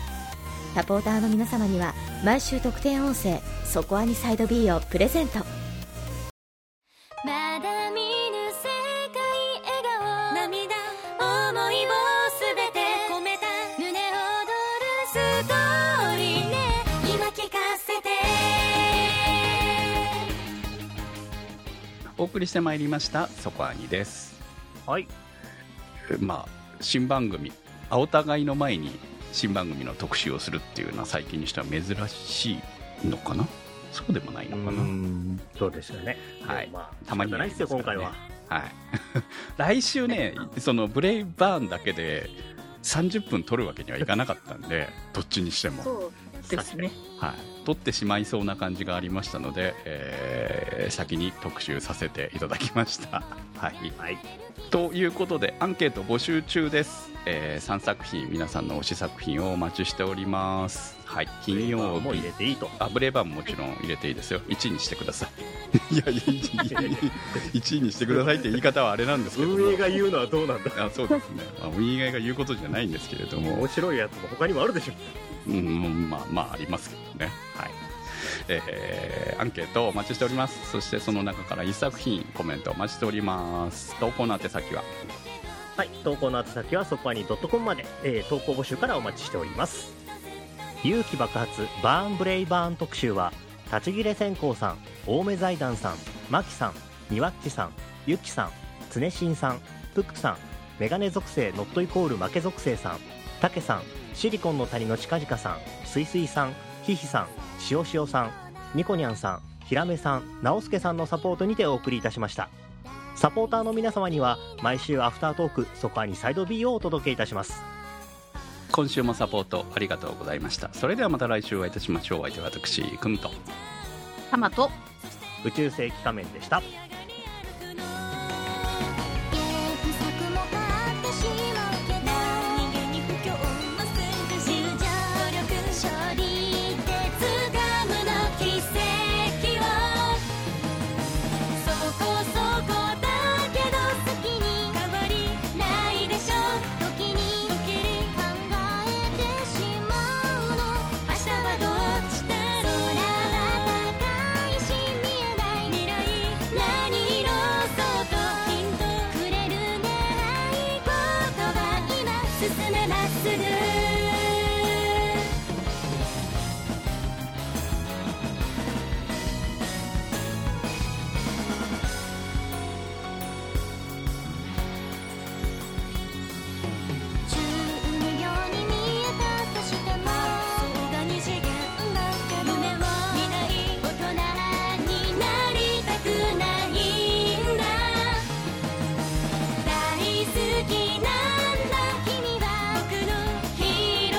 Speaker 5: サポーターの皆様には毎週特典音声「そこアニサイド B」をプレゼント
Speaker 2: まだ見ぬ世界笑顔涙思いをすべて込めた胸躍るストーリーね今聞かせて
Speaker 3: お送りしてまいりました、そこアニです。
Speaker 1: はい。
Speaker 3: えーまあ、新番組、あお互いの前に、新番組の特集をするっていうのは、最近にしては珍しいのかなそうでもないのかな、
Speaker 1: ん、そうですよね。
Speaker 3: はい
Speaker 1: でもまあ、
Speaker 3: たまに
Speaker 1: 仕方ないですよ、今回は。
Speaker 3: はい。来週ね、そのブレイバーンだけで30分撮るわけにはいかなかったんで、どっちにしても。
Speaker 4: そうですね。
Speaker 3: はい。撮ってしまいそうな感じがありましたので、えー先に特集させていただきました。はい。
Speaker 1: はい。
Speaker 3: ということで、アンケート募集中です。え3作品、皆さんの推し作品をお待ちしております。はい。金曜
Speaker 1: もう
Speaker 3: 日
Speaker 1: 入。れていいと。
Speaker 3: あブレイバーンももちろん入れていいですよ1位にしてくださいいやいや1位いやいや1位にしてくださいって言い方はあれなんですけども
Speaker 1: 運営が言うのはどうなんだ。
Speaker 3: あそうですね、まあ、運営が言うことじゃないんですけれども
Speaker 1: 面、白いやつも他にもあるでしょ。
Speaker 3: うん、まあまあありますけどねはいえーアンケートお待ちしておりますそしてその中から1作品コメントお待ちしております投稿の宛先は
Speaker 1: はい。投稿の宛先はそこに .com まで、えー投稿募集からお待ちしております。勇気爆発バーンブレイバーン特集は立ち切れ線香さん青梅財団さんマキさんニワッチさんユッキさん常新さんプックさんメガネ属性ノットイコール負け属性さんタケさんシリコンの谷の近々さんスイスイさんヒヒさんしおしおさんニコニャンさんヒラメさん直輔さんのサポートにてお送りいたしましたサポーターの皆様には毎週アフタートークそこアニサイド B をお届けいたします
Speaker 3: 今週もサポートありがとうございましたそれではまた来週お会いいたしましょうお相手は私くんと
Speaker 4: たまと
Speaker 1: 宇宙世紀仮面でした
Speaker 2: 「約束も買ってしまうけど」「何気に不況は全て知るじゃん」「努力勝利ってつかむの奇跡を」「そこそこだけど好きに変わりないでしょ」「時に時に考えてしまうの」「明日はどっちだろう」「空は高いし見えない未来」「何色そうとヒントくれるね」「いことは今進めまっすぐ」「中二病に見えたとしても」「そうだ二次元だけど夢を見ない大人になりたくないんだ」「大好きなんだ君は僕のヒーロー」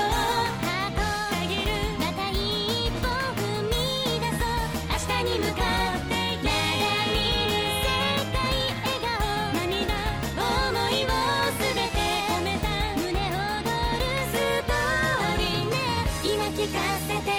Speaker 2: 「たとえるまた一歩踏み出そう」「明日に向かって流れる世界笑顔」「涙思いを全て込めた」「胸躍るストーリーね今聞かせて」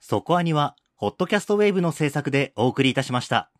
Speaker 1: そこアニは、ホットキャストウェーブの制作でお送りいたしました。